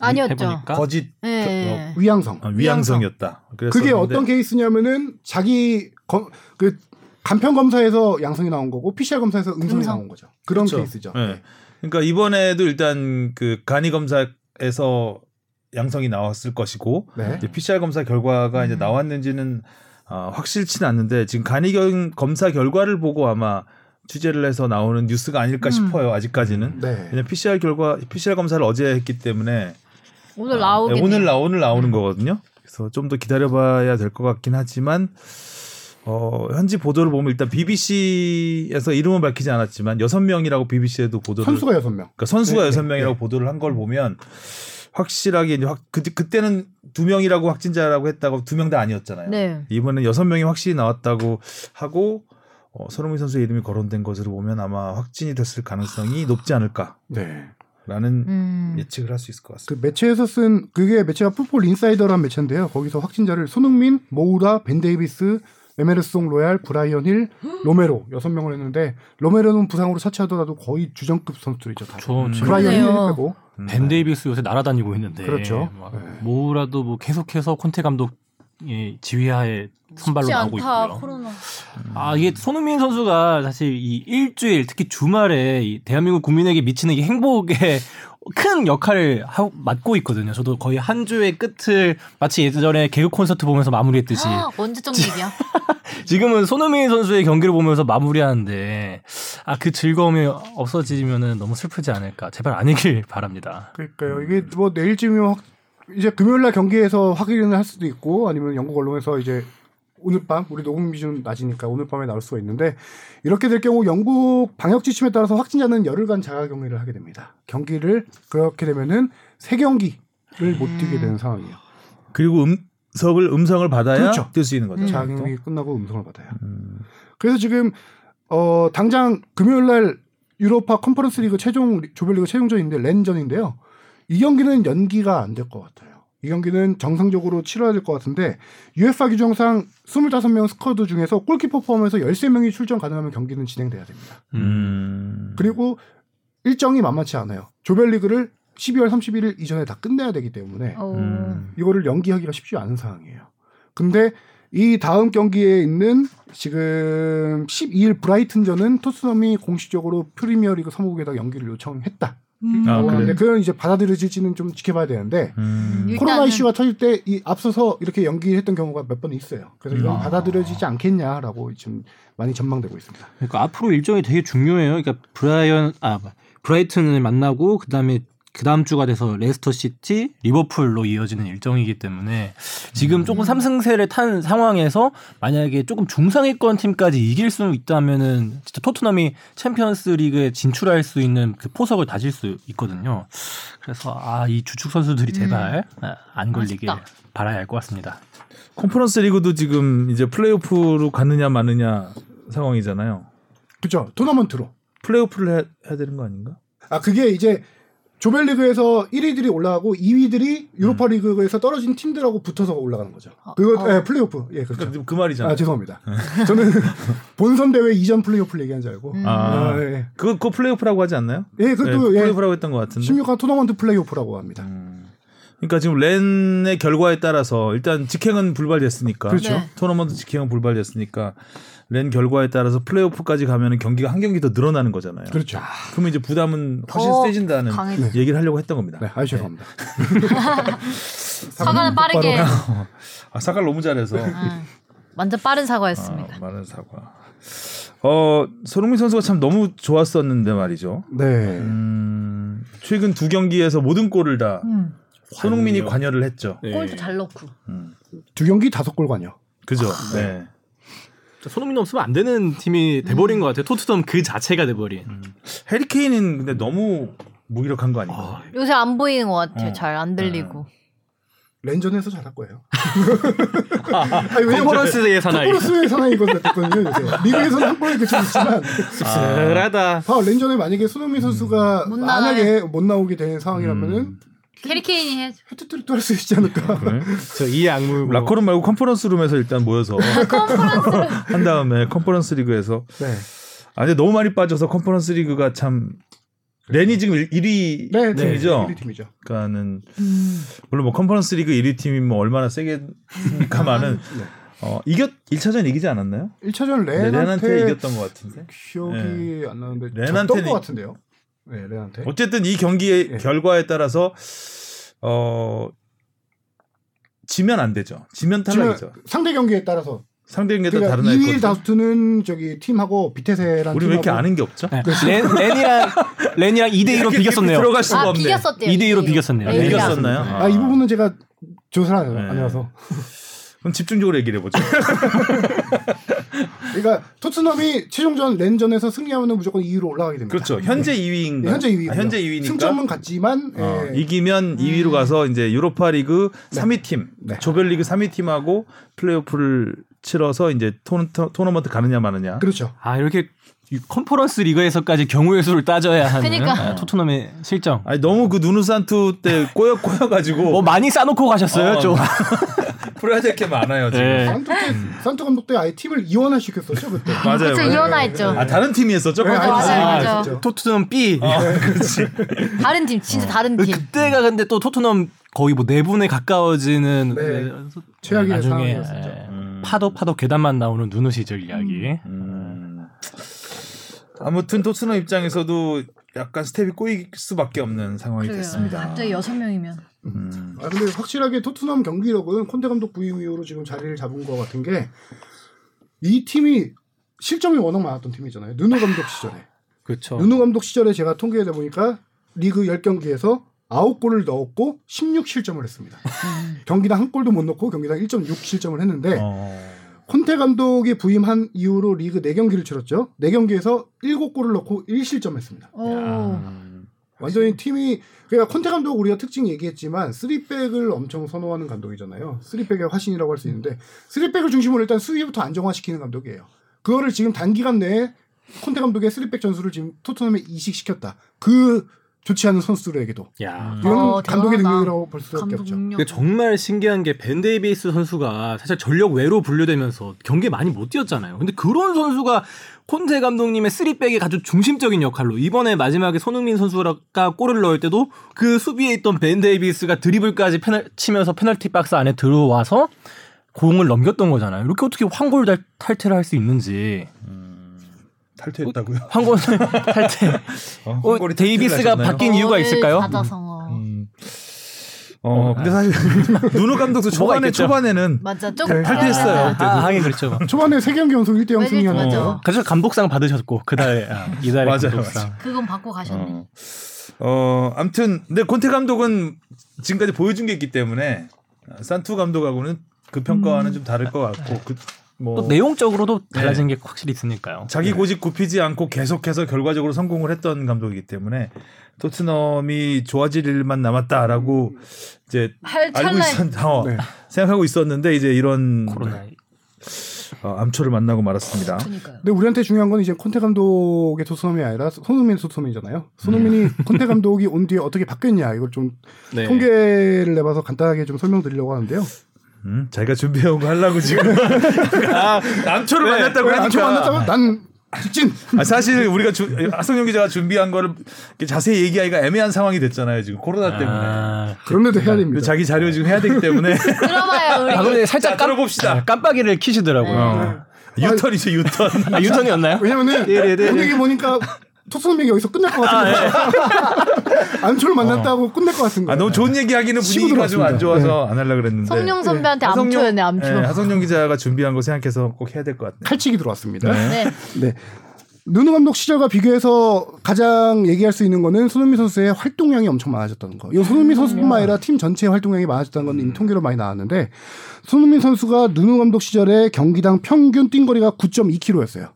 아니었죠. 해보니까 거짓 예. 위양성. 아, 위양성이었다. 그게 그랬었는데 어떤 케이스냐면은 자기 검, 그 간편 검사에서 양성이 나온 거고 PCR 검사에서 음성이 음성. 나온 거죠. 그런 그렇죠. 케이스죠. 예. 그러니까 이번에도 일단 그 간이 검사에서 양성이 나왔을 것이고 네. 이제 PCR 검사 결과가 이제 음. 나왔는지는 아, 확실치는 않는데 지금 간이 경- 검사 결과를 보고 아마 취재를 해서 나오는 뉴스가 음. 아닐까 싶어요. 아직까지는. 네. 왜냐 PCR 결과 PCR 검사를 어제 했기 때문에 오늘 아, 나오게 네, 오늘 나 오늘 음. 나오는 거거든요. 그래서 좀 더 기다려봐야 될 것 같긴 하지만 어, 현지 보도를 보면 일단 BBC에서 이름은 밝히지 않았지만 여섯 명이라고 BBC에도 보도를 선수가 6명. 그러니까 선수가 네, 여섯 네, 명이라고 보도를 한 걸 보면 확실하게 이제 확 그, 그때는 두 명이라고 확진자라고 했다고 두 명 다 아니었잖아요. 네. 이번엔 여섯 명이 확실히 나왔다고 하고 어, 손흥민 선수의 이름이 거론된 것으로 보면 아마 확진이 됐을 가능성이 높지 않을까라는 네. 음. 예측을 할 수 있을 것 그 같습니다. 매체에서 쓴 그게 매체가 풋볼 인사이더란 매체인데요. 거기서 확진자를 손흥민, 모우라, 벤 데이비스, 에메르송 로얄, 브라이언 힐, 로메로 여섯 명을 했는데 로메로는 부상으로 차치하더라도 거의 주전급 선수들이죠. 다. 저 지금 브라이언 힐 그러네요. 빼고 음. 벤 음. 데이비스 요새 날아다니고 있는데 그렇죠. 막 네. 모우라도 뭐 계속해서 콘테 감독의 지휘하에 선발로 쉽지 나오고 않다, 있고요. 코로나. 아 이게 손흥민 선수가 사실 이 일주일 특히 주말에 이 대한민국 국민에게 미치는 이 행복에 큰 역할을 하고, 맡고 있거든요. 저도 거의 한 주의 끝을 마치 예전에 개그 콘서트 보면서 마무리했듯이 아, 언제 정립이야? 지금은 손흥민 선수의 경기를 보면서 마무리하는데 아 그 즐거움이 없어지면은 너무 슬프지 않을까. 제발 아니길 바랍니다. 그러니까요. 이게 뭐 내일쯤이면 확- 이제 금요일 날 경기에서 확인을 할 수도 있고 아니면 영국 언론에서 이제 오늘 밤 우리 녹음 기준 낮이니까 오늘 밤에 나올 수가 있는데 이렇게 될 경우 영국 방역 지침에 따라서 확진자는 열흘간 자가 격리를 하게 됩니다. 경기를 그렇게 되면은 세 경기를 못 뛰게 되는 상황이에요. 그리고 음성을 음성을 받아야 그렇죠. 뛸 수 있는 거죠. 음. 자가 격리 끝나고 음성을 받아요. 음. 그래서 지금 어 당장 금요일 날 유로파 컨퍼런스 리그 최종 조별리그 최종전인데 랜전인데요. 이 경기는 연기가 안 될 것 같아요. 이 경기는 정상적으로 치러야 될 것 같은데 UEFA 규정상 25명 스쿼드 중에서 골키퍼 포함해서 13명이 출전 가능하면 경기는 진행돼야 됩니다. 음. 그리고 일정이 만만치 않아요. 조별리그를 12월 31일 이전에 다 끝내야 되기 때문에 어. 음. 이거를 연기하기가 쉽지 않은 상황이에요. 근데 이 다음 경기에 있는 지금 12일 브라이튼전은 토트넘이 공식적으로 프리미어리그 사무국에다 연기를 요청했다. 아, 어, 근데 그래. 그건 이제 받아들여질지는 좀 지켜봐야 되는데 음. 유- 코로나 일단은- 이슈가 터질 때 이 앞서서 이렇게 연기했던 경우가 몇 번 있어요. 그래서 이건 음. 받아들여지지 않겠냐라고 지금 많이 전망되고 있습니다. 그러니까 앞으로 일정이 되게 중요해요. 그러니까 브라이언 아 브라이튼을 만나고 그다음에 그 다음 주가 돼서 레스터 시티, 리버풀로 이어지는 일정이기 때문에 음. 지금 조금 삼승세를 탄 상황에서 만약에 조금 중상위권 팀까지 이길 수 있다면은 진짜 토트넘이 챔피언스 리그에 진출할 수 있는 그 포석을 다질 수 있거든요. 그래서 아, 이 주축 선수들이 제발 아, 안 걸리길 음. 아쉽다. 바라야 할 것 같습니다. 컨퍼런스 리그도 지금 이제 플레이오프로 가느냐 마느냐 상황이잖아요. 그죠? 그렇죠. 토너먼트로. 플레이오프를 해, 해야 되는 거 아닌가? 아 그게 이제 조별리그에서 1위들이 올라가고 2위들이 음. 유로파리그에서 떨어진 팀들하고 붙어서 올라가는 거죠. 그거 어. 예, 플레이오프 예 그렇죠. 그, 그 말이잖아. 아 요 음. 죄송합니다. 저는 본선 대회 이전 플레이오프 얘기한 줄 알고. 음. 아, 아, 예. 그거 그거 플레이오프라고 하지 않나요? 예, 그것도 네, 예, 플레이오프라고 했던 것 같은데. 16강 토너먼트 플레이오프라고 합니다. 음. 그러니까 지금 렌의 결과에 따라서 일단 직행은 불발됐으니까 그렇죠. 네. 토너먼트 직행은 불발됐으니까 낸 결과에 따라서 플레이오프까지 가면은 경기가 한 경기 더 늘어나는 거잖아요. 그렇죠. 그러면 이제 부담은 훨씬 더 세진다는 강해지- 얘기를 하려고 했던 겁니다. 네, 아유 죄송합니다. 사과는 빠르게. 아, 사과를 너무 잘해서 응. 완전 빠른 사과였습니다. 아, 많은 사과. 어, 손흥민 선수가 참 너무 좋았었는데 말이죠. 네. 음, 최근 두 경기에서 모든 골을 다 음. 손흥민이 관여를 네. 했죠. 네. 예. 골도 잘 넣고. 음, 두 경기 다섯 골 관여. 그죠? 네. 손흥민 없으면 안 되는 팀이 음. 돼버린 것 같아요. 토트넘 그 자체가 돼버린. 해리 케인은 근데 너무 무기력한 거 아닌가? 요새 안 보이는 것 같아요. 어. 잘 안 들리고. 랜전에서 잘할 거예요. 아니 왜냐면 컨퍼런스 예산아 코르스의 사나이 이건 됐거든요. 요새. 리그에서는 한 골에 그쳤지만 씁쓸하다. 봐 랜전에 아, 만약에 음. 손흥민 선수가 못 나와요. 만약에 못 나오게 된 상황이라면은 캐리케인이 해줘. 휴트트릭도 할 수 있지 않을까. 아, 그래? 저이 악물. 라커룸 말고 컨퍼런스 룸에서 일단 모여서 아, 한 다음에 컨퍼런스 리그에서 네. 아 근데 너무 많이 빠져서 컨퍼런스 리그가 참 렌이 지금 1위 네, 네, 팀이죠. 우리 팀이죠. 그러니까는 물론 뭐 컨퍼런스 리그 1위 팀이 뭐 얼마나 세겠습니까만은 어 이겼 1차전 이기지 않았나요? 1차전 네, 렌한테, 렌한테 이겼던 것 같은데. 기억이 안 나는데 렌한테는 졌던 이- 것 같은데요. 네, 렌한테. 어쨌든 이 경기의 예. 결과에 따라서 어 지면 안 되죠. 지면 지금 탈락이죠. 상대 경기에 따라서 상대인 게다 그러니까 다른 2위 아이거든. 다스트는 저기 팀하고 비테세랑 우리 왜 이렇게 아는 게 없죠? 네. 렌, 렌이랑 렌이랑 2대 2로 이렇게 비겼었네요. 들어갈 수가 아 없네. 비겼었대요. 2대 1로 비겼었네요. 네, 비겼었- 이겼었나요? 아, 이 부분은 제가 조사를 안- 네. 안 해서. 그럼 집중적으로 얘기를 해보죠. 네. 그러니까 토트넘이 최종전 렌전에서 승리하면 무조건 2위로 올라가게 됩니다. 그렇죠. 현재 2위인가? 네, 현재 2위. 아, 현재 2위니까. 승점은 같지만 어, 예, 이기면 2위로 가서 이제 유로파리그 3위 팀, 네. 조별리그 3위 팀하고 플레이오프를 치러서 이제 토너, 토너먼트 가느냐 마느냐. 그렇죠. 아 이렇게 이 컨퍼런스 리그에서까지 경우의 수를 따져야 하는 그러니까. 아, 토트넘의 실정. 아니 너무 그 누누산투 때 꼬여 꼬여 뭐 가지고 많이 싸놓고 가셨어요, 어, 좀. 풀어야 될 게 많아요 지금. 네. 산토 때 산토 감독 때 아예 팀을 이원화 시켰었죠 그때. 음. 맞아요. 네, 그렇죠 맞아요. 이혼화했죠. 아 다른 팀이 했었죠. 네, 아, 맞아요, 아, 맞아요. 진짜. 토트넘 B. 어, 다른 팀 진짜 다른 팀. 그때가 근데 또 토트넘 거의 뭐 내분에 가까워지는 네. 그- 최악의 나중에, 상황이었었죠. 예, 파도 파도 계단만 나오는 누누 시절 이야기. 음. 아무튼 토트넘 입장에서도 약간 스텝이 꼬일 수밖에 없는 상황이 됐습니다. 갑자기 여섯 아, 명이면. 음. 아 근데 확실하게 토트넘 경기력은 콘테 감독 부임 이후로 지금 자리를 잡은 것 같은 게 이 팀이 실점이 워낙 많았던 팀이잖아요. 누누 감독 시절에. 그렇죠. 누누 감독 시절에 제가 통계해다 보니까 리그 10경기에서 9골을 넣었고 16실점을 했습니다. 경기당 한 골도 못 넣고 경기당 1.6실점을 했는데 어. 콘테 감독이 부임한 이후로 리그 4경기를 치렀죠. 4경기에서 7골을 넣고 1실점했습니다. 오. 완전히 팀이 그러니까 콘테 감독 우리가 특징 얘기했지만 3백을 엄청 선호하는 감독이잖아요. 3백의 화신이라고 할 수 있는데 3백을 중심으로 일단 수비부터 안정화시키는 감독이에요. 그거를 지금 단기간 내에 콘테 감독의 3백 전술을 지금 토트넘에 이식시켰다. 그 좋지 않은 선수들에게도 야. 이건 어, 감독의 대단하다. 능력이라고 볼 수밖에 없죠. 감독력. 그게 그러니까 정말 신기한 게 벤데이비스 선수가 사실 전력 외로 분류되면서 경기에 많이 못 뛰었잖아요. 근데 그런 선수가 콘테 감독님의 쓰리백의 아주 중심적인 역할로 이번에 마지막에 손흥민 선수가 골을 넣을 때도 그 수비에 있던 벤데이비스가 드리블까지 페널, 치면서 페널티 박스 안에 들어와서 공을 넘겼던 거잖아요. 이렇게 어떻게 황골 달- 탈퇴를 할 수 있는지 탈퇴했다고요? 황골 탈퇴. 어, 어, 골이 데이비스가 탈퇴를 하셨나요? 바뀐 어, 네, 이유가 있을까요? 사자성어. 음. 어, 근데 사실 누누 감독도 초반에 있겠죠. 초반에는 맞아 조금 네. 탈퇴했어요. 아, 하긴 그렇죠. 초반에 3경기 연속 1대 맞아, 0 맞아. 승리하면서 그래서 감독상 받으셨고 그달 아, 이달에 맞아요, 감독상. 그건 받고 가셨네. 어. 어, 아무튼 근데 콘테 감독은 지금까지 보여준 게 있기 때문에 산투 감독하고는 그 평가와는 좀 다를 것 같고 그뭐 또 내용적으로도 달라진 게 확실히 있으니까요. 어. 네. 자기 고집 굽히지 않고 계속해서 결과적으로 성공을 했던 감독이기 때문에 토트넘이 좋아질 일만 남았다라고 이제 할 알고 찰나에 있었 어, 네. 생각하고 있었는데 이제 이런 코로나. 어, 암초를 만나고 말았습니다. 그니까요. 근데 우리한테 중요한 건 이제 콘테 감독의 토트넘이 아니라 손흥민 토트넘이잖아요. 손흥민이 음. 콘테 감독이 온 뒤에 어떻게 바뀌었냐 이걸 좀 네. 통계를 내봐서 간단하게 좀 설명드리려고 하는데요. 음, 자기가 준비해온 거 하려고 지금 아, 남초를 만났다고 하니까 저 만났다면 난 직진. 아, 사실 우리가 주, 하성룡 기자가 준비한 거를 이렇게 자세히 얘기하기가 애매한 상황이 됐잖아요 그렇죠. 지금 코로나 때문에 아, 그런데도 해야 근데 됩니다. 자기 자료 지금 해야 되기 때문에 네. 들어봐요 우리. 방금 전에 아, 살짝 아, 자, 들어봅시다. 깜, 깜빡이를 키시더라고요. 어. 유턴이죠 유턴. 아, 유턴이었나요? 왜냐면은 예, 분위기 보니까 토트넘이 여기서 끝날 것 아, 같은 거. 암초를 만났다고 끝날 것 같은 거. 아 너무 좋은 얘기하기는 분위기가 좀 안 치고 네. 들어왔습니다. 네. 좋아서 안 하려 그랬는데. 성룡 선배한테 암초였네 암초. 예, 하성룡 기자가 준비한 거 생각해서 꼭 해야 될 것 같네요. 칼치기 들어왔습니다. 네. 네. 누누 감독 시절과 비교해서 가장 얘기할 수 있는 거는 손흥민 선수의 활동량이 엄청 많아졌다는 거. 이 손흥민 선수뿐만 아니라 팀 전체의 활동량이 많아졌다는 건 이미 통계로 많이 나왔는데 손흥민 선수가 누누 감독 시절에 경기당 평균 뛴거리가 9.2km였어요.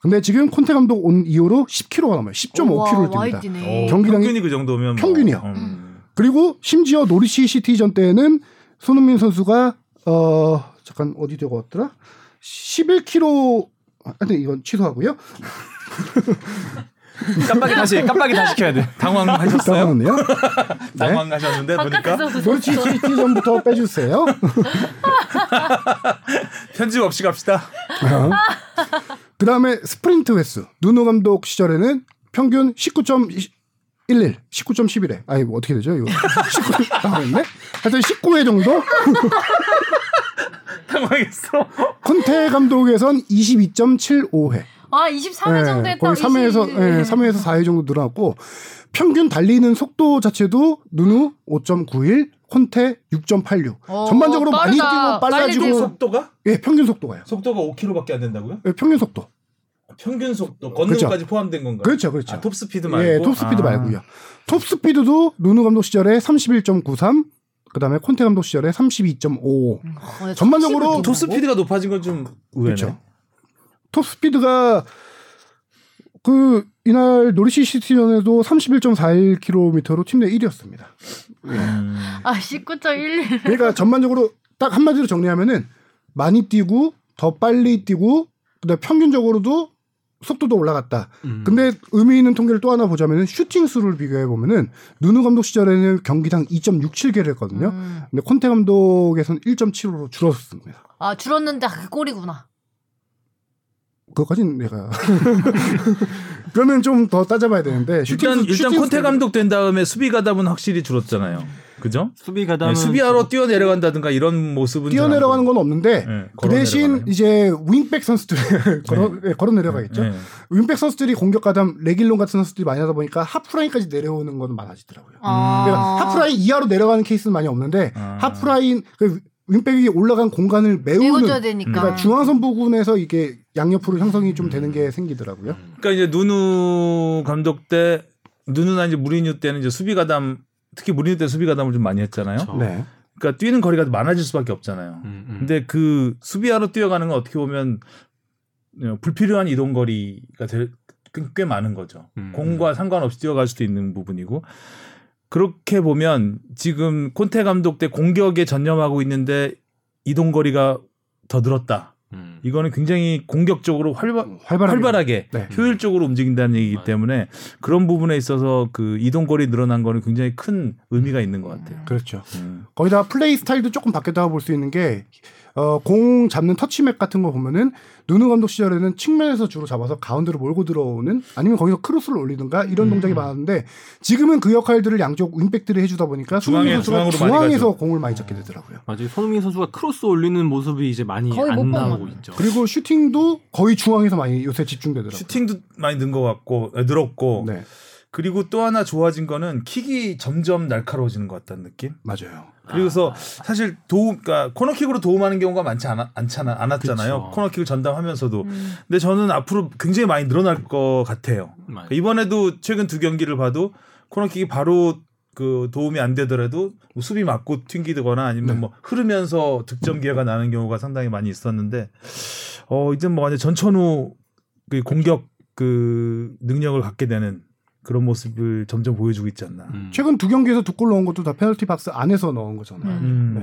근데 지금 콘테 감독 온 이후로 10km가 넘어요. 10.5km를 와, 뛴다. 어. 와이드네. 오, 경기량이- 평균이 그 정도면 뭐, 평균이요. 음. 그리고 심지어 노리치 시티전 때에는 손흥민 선수가 어 잠깐 어디 되고 왔더라? 11km 아, 근데 이건 취소하고요. 깜빡이 다시 깜빡이 다시 켜야 돼. 당황하셨어요? 당황하네요. 당황하셨는데 그러니까? 보니까 바깥에서 노리치 시티전부터 빼주세요. 편집 없이 갑시다. 그 다음에 스프린트 횟수. 누누 감독 시절에는 평균 19.11, 19.11회. 아니, 뭐 어떻게 되죠? 이거. 19, 당황했네? 하여튼 19회 정도? 당황했어. 콘테 감독에선 22.75회. 예, 아 23회 정도 했다. 네. 거의 3회에서, 20. 예, 3회에서 4회 정도 늘어났고, 평균 달리는 속도 자체도 누누 5.91, 콘테 6.86. 어, 전반적으로 많이 빠르다. 뛰고 빨리 뛰고. 빨라지고, 속도가? 예, 평균 속도가요. 속도가 5km밖에 안 된다고요? 예, 평균 속도. 평균 속도 걷는 그렇죠. 것까지 포함된 건가요? 그렇죠, 그렇죠. 아, 톱 스피드 말고. 예, 톱 스피드 아. 말고요. 톱 스피드도 누누 감독 시절에 31.93, 그다음에 콘테 감독 시절에 32.55. 어, 전반적으로 톱 스피드가 높아진 건 음. 좀 의외네. 그렇죠. 톱 스피드가 그 이날 노리시 시티전에도 31.41km로 팀 내 1위였습니다. 네. 음. 아 19.11. 그러니까 전반적으로 딱 한마디로 정리하면은 많이 뛰고 더 빨리 뛰고 그다음 평균적으로도 속도도 올라갔다. 음. 근데 의미 있는 통계를 또 하나 보자면은 슈팅 수를 비교해 보면은 누누 감독 시절에는 경기당 2.67개를 했거든요. 음. 근데 콘테 감독에서는 1.75로 줄었습니다. 아 줄었는데 아, 그 꼴이구나. 그것까지는 내가 그러면 좀 더 따져봐야 되는데 슈팅 일단 수- 일단 슈팅 콘테 수- 감독 된 다음에 수비 가담은 확실히 줄었잖아요. 그죠? 수비 가담 네, 수비하러 뛰어 내려간다든가 이런 모습은 잘 뛰어내려가는 안 건 없는데 보여요. 예, 그 걸어 대신 내려가네요. 이제 윙백 선수들 걸어, 예, 걸어 내려가겠죠. 예. 윙백 선수들이 공격 가담 레길론 같은 선수들이 많이 하다 보니까 하프라인까지 내려오는 건 많아지더라고요. 아. 그러니까 하프라인 이하로 내려가는 케이스는 많이 없는데 아. 하프라인 그 윙백이 올라간 공간을 메워줘야 메우는 되니까. 음. 그러니까 중앙선 부분에서 이게 양옆으로 형성이 좀 되는 게 생기더라고요. 음, 그러니까 이제 누누 감독 때 누누나 이제 무리뉴 때는 이제 수비 가담 특히 무리뉴 때 수비 가담을 좀 많이 했잖아요. 그렇죠. 네. 그러니까 뛰는 거리가 많아질 수밖에 없잖아요. 음, 음. 근데 그 수비하러 뛰어가는 건 어떻게 보면 어, 불필요한 이동 거리가 될- 꽤꽤 많은 거죠. 음. 공과 상관없이 뛰어갈 수도 있는 부분이고 그렇게 보면 지금 콘테 감독 때 공격에 전념하고 있는데 이동 거리가 더 늘었다. 음. 이거는 굉장히 공격적으로 활발 음, 활발하게. 활발하게 네. 음. 효율적으로 움직인다는 얘기이기 맞아요. 때문에 그런 부분에 있어서 그 이동거리 늘어난 거는 굉장히 큰 의미가 있는 것 같아요. 그렇죠. 음. 거기다 플레이 스타일도 조금 바뀌었다고 볼 수 있는 게, 어, 공 잡는 터치맥 같은 거 보면은, 누누 감독 시절에는 측면에서 주로 잡아서 가운데로 몰고 들어오는, 아니면 거기서 크로스를 올리든가, 이런 음. 동작이 많았는데, 지금은 그 역할들을 양쪽 윙백들이 해주다 보니까, 중앙에- 손흥민 선수가 중앙으로 많이 중앙에서 가죠. 공을 많이 잡게 되더라고요. 맞아요. 손흥민 선수가 크로스 올리는 모습이 이제 많이 거의 못 안 나오고 보면. 있죠. 그리고 슈팅도 거의 중앙에서 많이 요새 집중되더라고요. 슈팅도 뭐. 많이 는 것 같고 에, 늘었고 네, 그리고 또 하나 좋아진 거는 킥이 점점 날카로워지는 것 같다는 느낌. 맞아요. 그래서 사실 도움, 그러니까 코너킥으로 도움하는 경우가 많지 않아, 않잖아, 않았잖아요. 그쵸. 코너킥을 전담하면서도. 음. 근데 저는 앞으로 굉장히 많이 늘어날 것 같아요. 맞아요. 그러니까 이번에도 최근 두 경기를 봐도 코너킥이 바로 그 도움이 안 되더라도 뭐 수비 맞고 튕기거나 아니면 뭐 흐르면서 득점 기회가 나는 경우가 상당히 많이 있었는데 어 이제 뭐 완전 전천후 그 공격 그 능력을 갖게 되는 그런 모습을 점점 보여주고 있지 않나. 음. 최근 두 경기에서 두 골 넣은 것도 다 페널티 박스 안에서 넣은 거잖아요. 음.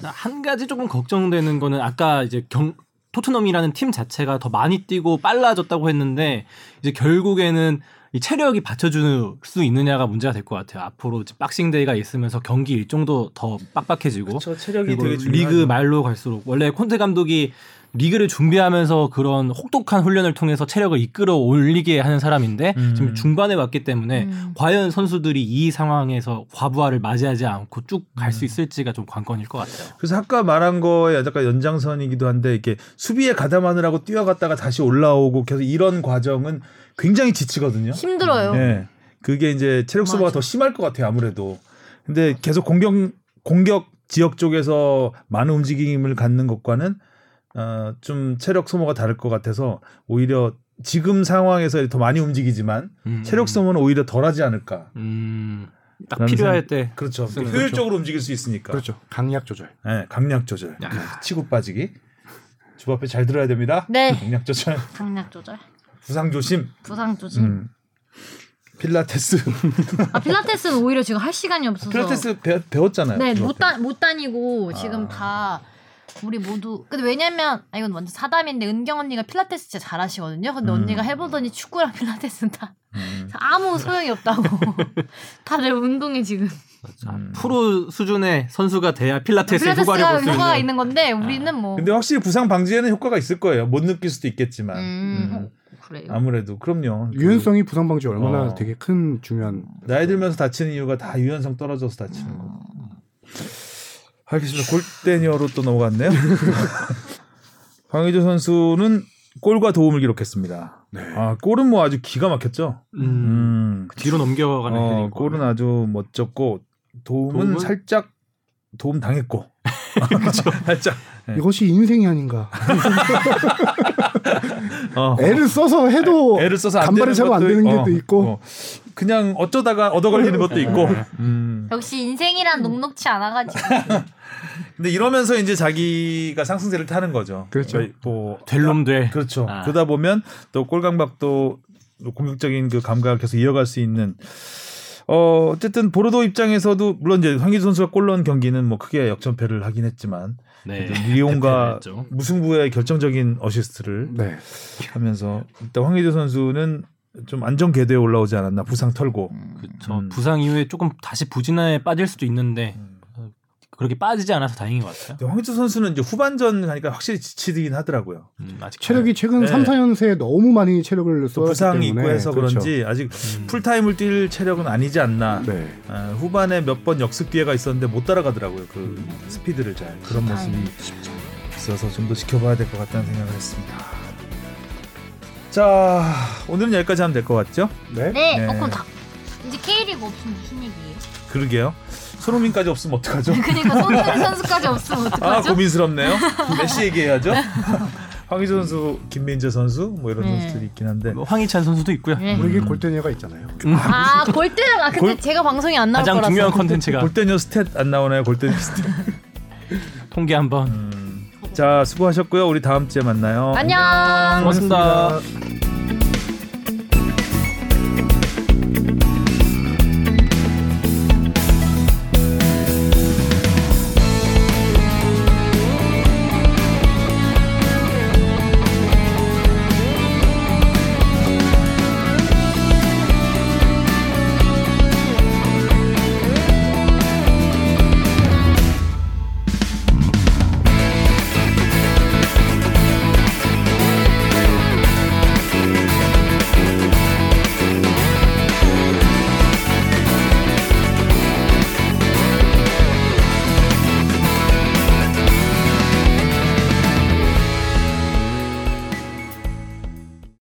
네. 한 가지 조금 걱정되는 거는 아까 이제 경 토트넘이라는 팀 자체가 더 많이 뛰고 빨라졌다고 했는데 이제 결국에는 이 체력이 받쳐줄 수 있느냐가 문제가 될 것 같아요. 앞으로 이제 박싱데이가 있으면서 경기 일정도 더 빡빡해지고 그쵸, 체력이 뭐 그리고 되게 중요하죠. 리그 말로 갈수록 원래 콘테 감독이 리그를 준비하면서 그런 혹독한 훈련을 통해서 체력을 이끌어 올리게 하는 사람인데 음. 지금 중반에 왔기 때문에 음. 과연 선수들이 이 상황에서 과부하를 맞이하지 않고 쭉 갈 음. 수 있을지가 좀 관건일 것 같아요. 그래서 아까 말한 거에 약간 연장선이기도 한데 이렇게 수비에 가담하느라고 뛰어갔다가 다시 올라오고 계속 이런 과정은 굉장히 지치거든요. 힘들어요. 예. 그게 이제 체력 소모가 맞아. 더 심할 것 같아요, 아무래도. 근데 계속 공격 공격 지역 쪽에서 많은 움직임을 갖는 것과는 어, 좀 체력 소모가 다를 것 같아서 오히려 지금 상황에서 더 많이 움직이지만 음. 체력 소모는 오히려 덜하지 않을까. 음, 딱 라는 필요할 때 그렇죠. 쓰는 거죠. 효율적으로 움직일 수 있으니까. 그렇죠. 강약 조절. 예, 강약 조절. 치고 빠지기. 주 앞에 잘 들어야 됩니다. 네. 강약 조절. 강약 조절, 부상 조심. 부상 조절. 음. 필라테스. 아 필라테스는 오히려 지금 할 시간이 없어서. 필라테스 배, 배웠잖아요. 네, 주 못, 앞에. 다, 못 다니고 지금 아. 다 우리 모두 근데 왜냐면 아 이건 완전 사담인데 은경 언니가 필라테스 진짜 잘하시거든요. 근데 음. 언니가 해보더니 축구랑 필라테스는 다 음. 아무 소용이 없다고. 다들 운동에 지금 자, 음. 프로 수준의 선수가 돼야 필라테스에 효과를 필라테스가 볼 수 효과가 있는. 있는 건데 우리는 뭐 근데 확실히 부상 방지에는 효과가 있을 거예요. 못 느낄 수도 있겠지만 음, 어, 그래요. 아무래도 그럼요. 그 유연성이 부상 방지 얼마나 어. 되게 큰 중요한 나이 들면서 다치는 이유가 다 유연성 떨어져서 다치는 거. 알겠습니다. 골대녀로 또 넘어갔네요. 강희조 선수는 골과 도움을 기록했습니다. 아 골은 뭐 아주 기가 막혔죠. 음, 음. 뒤로 넘겨가는 어, 헤딩. 골은 아주 멋졌고 도움은, 도움은? 살짝 도움 당했고 그렇죠. 살짝 네. 이것이 인생이 아닌가. 어. 애를 써서 해도 네. 네. 애를 써서 안뭐 간발의 되는 차로 안 것도 되는 있- 어, 게도 있고. 그냥 어쩌다가 얻어 걸리는 것도 있고 음. 역시 인생이란 녹록치 않아가지고 근데 이러면서 이제 자기가 상승세를 타는 거죠. 그렇죠. 그러니까 뭐 될놈 돼. 그렇죠. 아. 그러다 보면 또 골강박도 공격적인 그 감각을 계속 이어갈 수 있는 어 어쨌든 보르도 입장에서도 물론 이제 황기주 선수가 골 넣은 경기는 뭐 크게 역전패를 하긴 했지만 네. 리온과 대패를 했죠. 무승부의 결정적인 어시스트를 네. 하면서 일단 황희조 선수는 좀 안전 궤도에 올라오지 않았나 부상 털고 그렇죠. 음. 부상 이후에 조금 다시 부진에 빠질 수도 있는데 어, 그렇게 빠지지 않아서 다행인 것 같아요. 근데 황희조 선수는 이제 후반전 가니까 확실히 지치긴 하더라고요. 음, 아직 체력이 최근 네. 3, 4년 새에 너무 많이 체력을 또 쏟았기 부상이 때문에 있고 해서 그렇죠. 그런지 아직 음. 풀타임을 뛸 체력은 아니지 않나. 네. 아, 후반에 몇 번 역습 기회가 있었는데 못 따라가더라고요. 그 음. 스피드를 잘 그런 아, 모습이 네. 있어서 좀 더 지켜봐야 될 것 같다는 생각을 했습니다. 자 오늘은 여기까지 하면 될 것 같죠? 네. 네, 네. 어 그럼 다 이제 K리그 없으면 무슨 얘기예요? 그러게요. 손흥민까지 없으면 어떡하죠? 그러니까 손흥민 선수까지 없으면 아 어떡하죠? 고민스럽네요. 메시 얘기해야죠. 황희조 선수, 김민재 선수 뭐 이런 네. 선수들이 있긴 한데 뭐 황희찬 선수도 있고요. 네. 우리에게 골대녀가 있잖아요. 아 골대가 아, 근데 골- 제가 방송이 안 아, 나올 가장 거라서 중요한 컨텐츠가 골대녀 스탯 안 나오나요? 골대녀 스탯. 통계 한번. 자 수고하셨고요. 우리 다음 주에 만나요. 안녕 고맙습니다. 고맙습니다.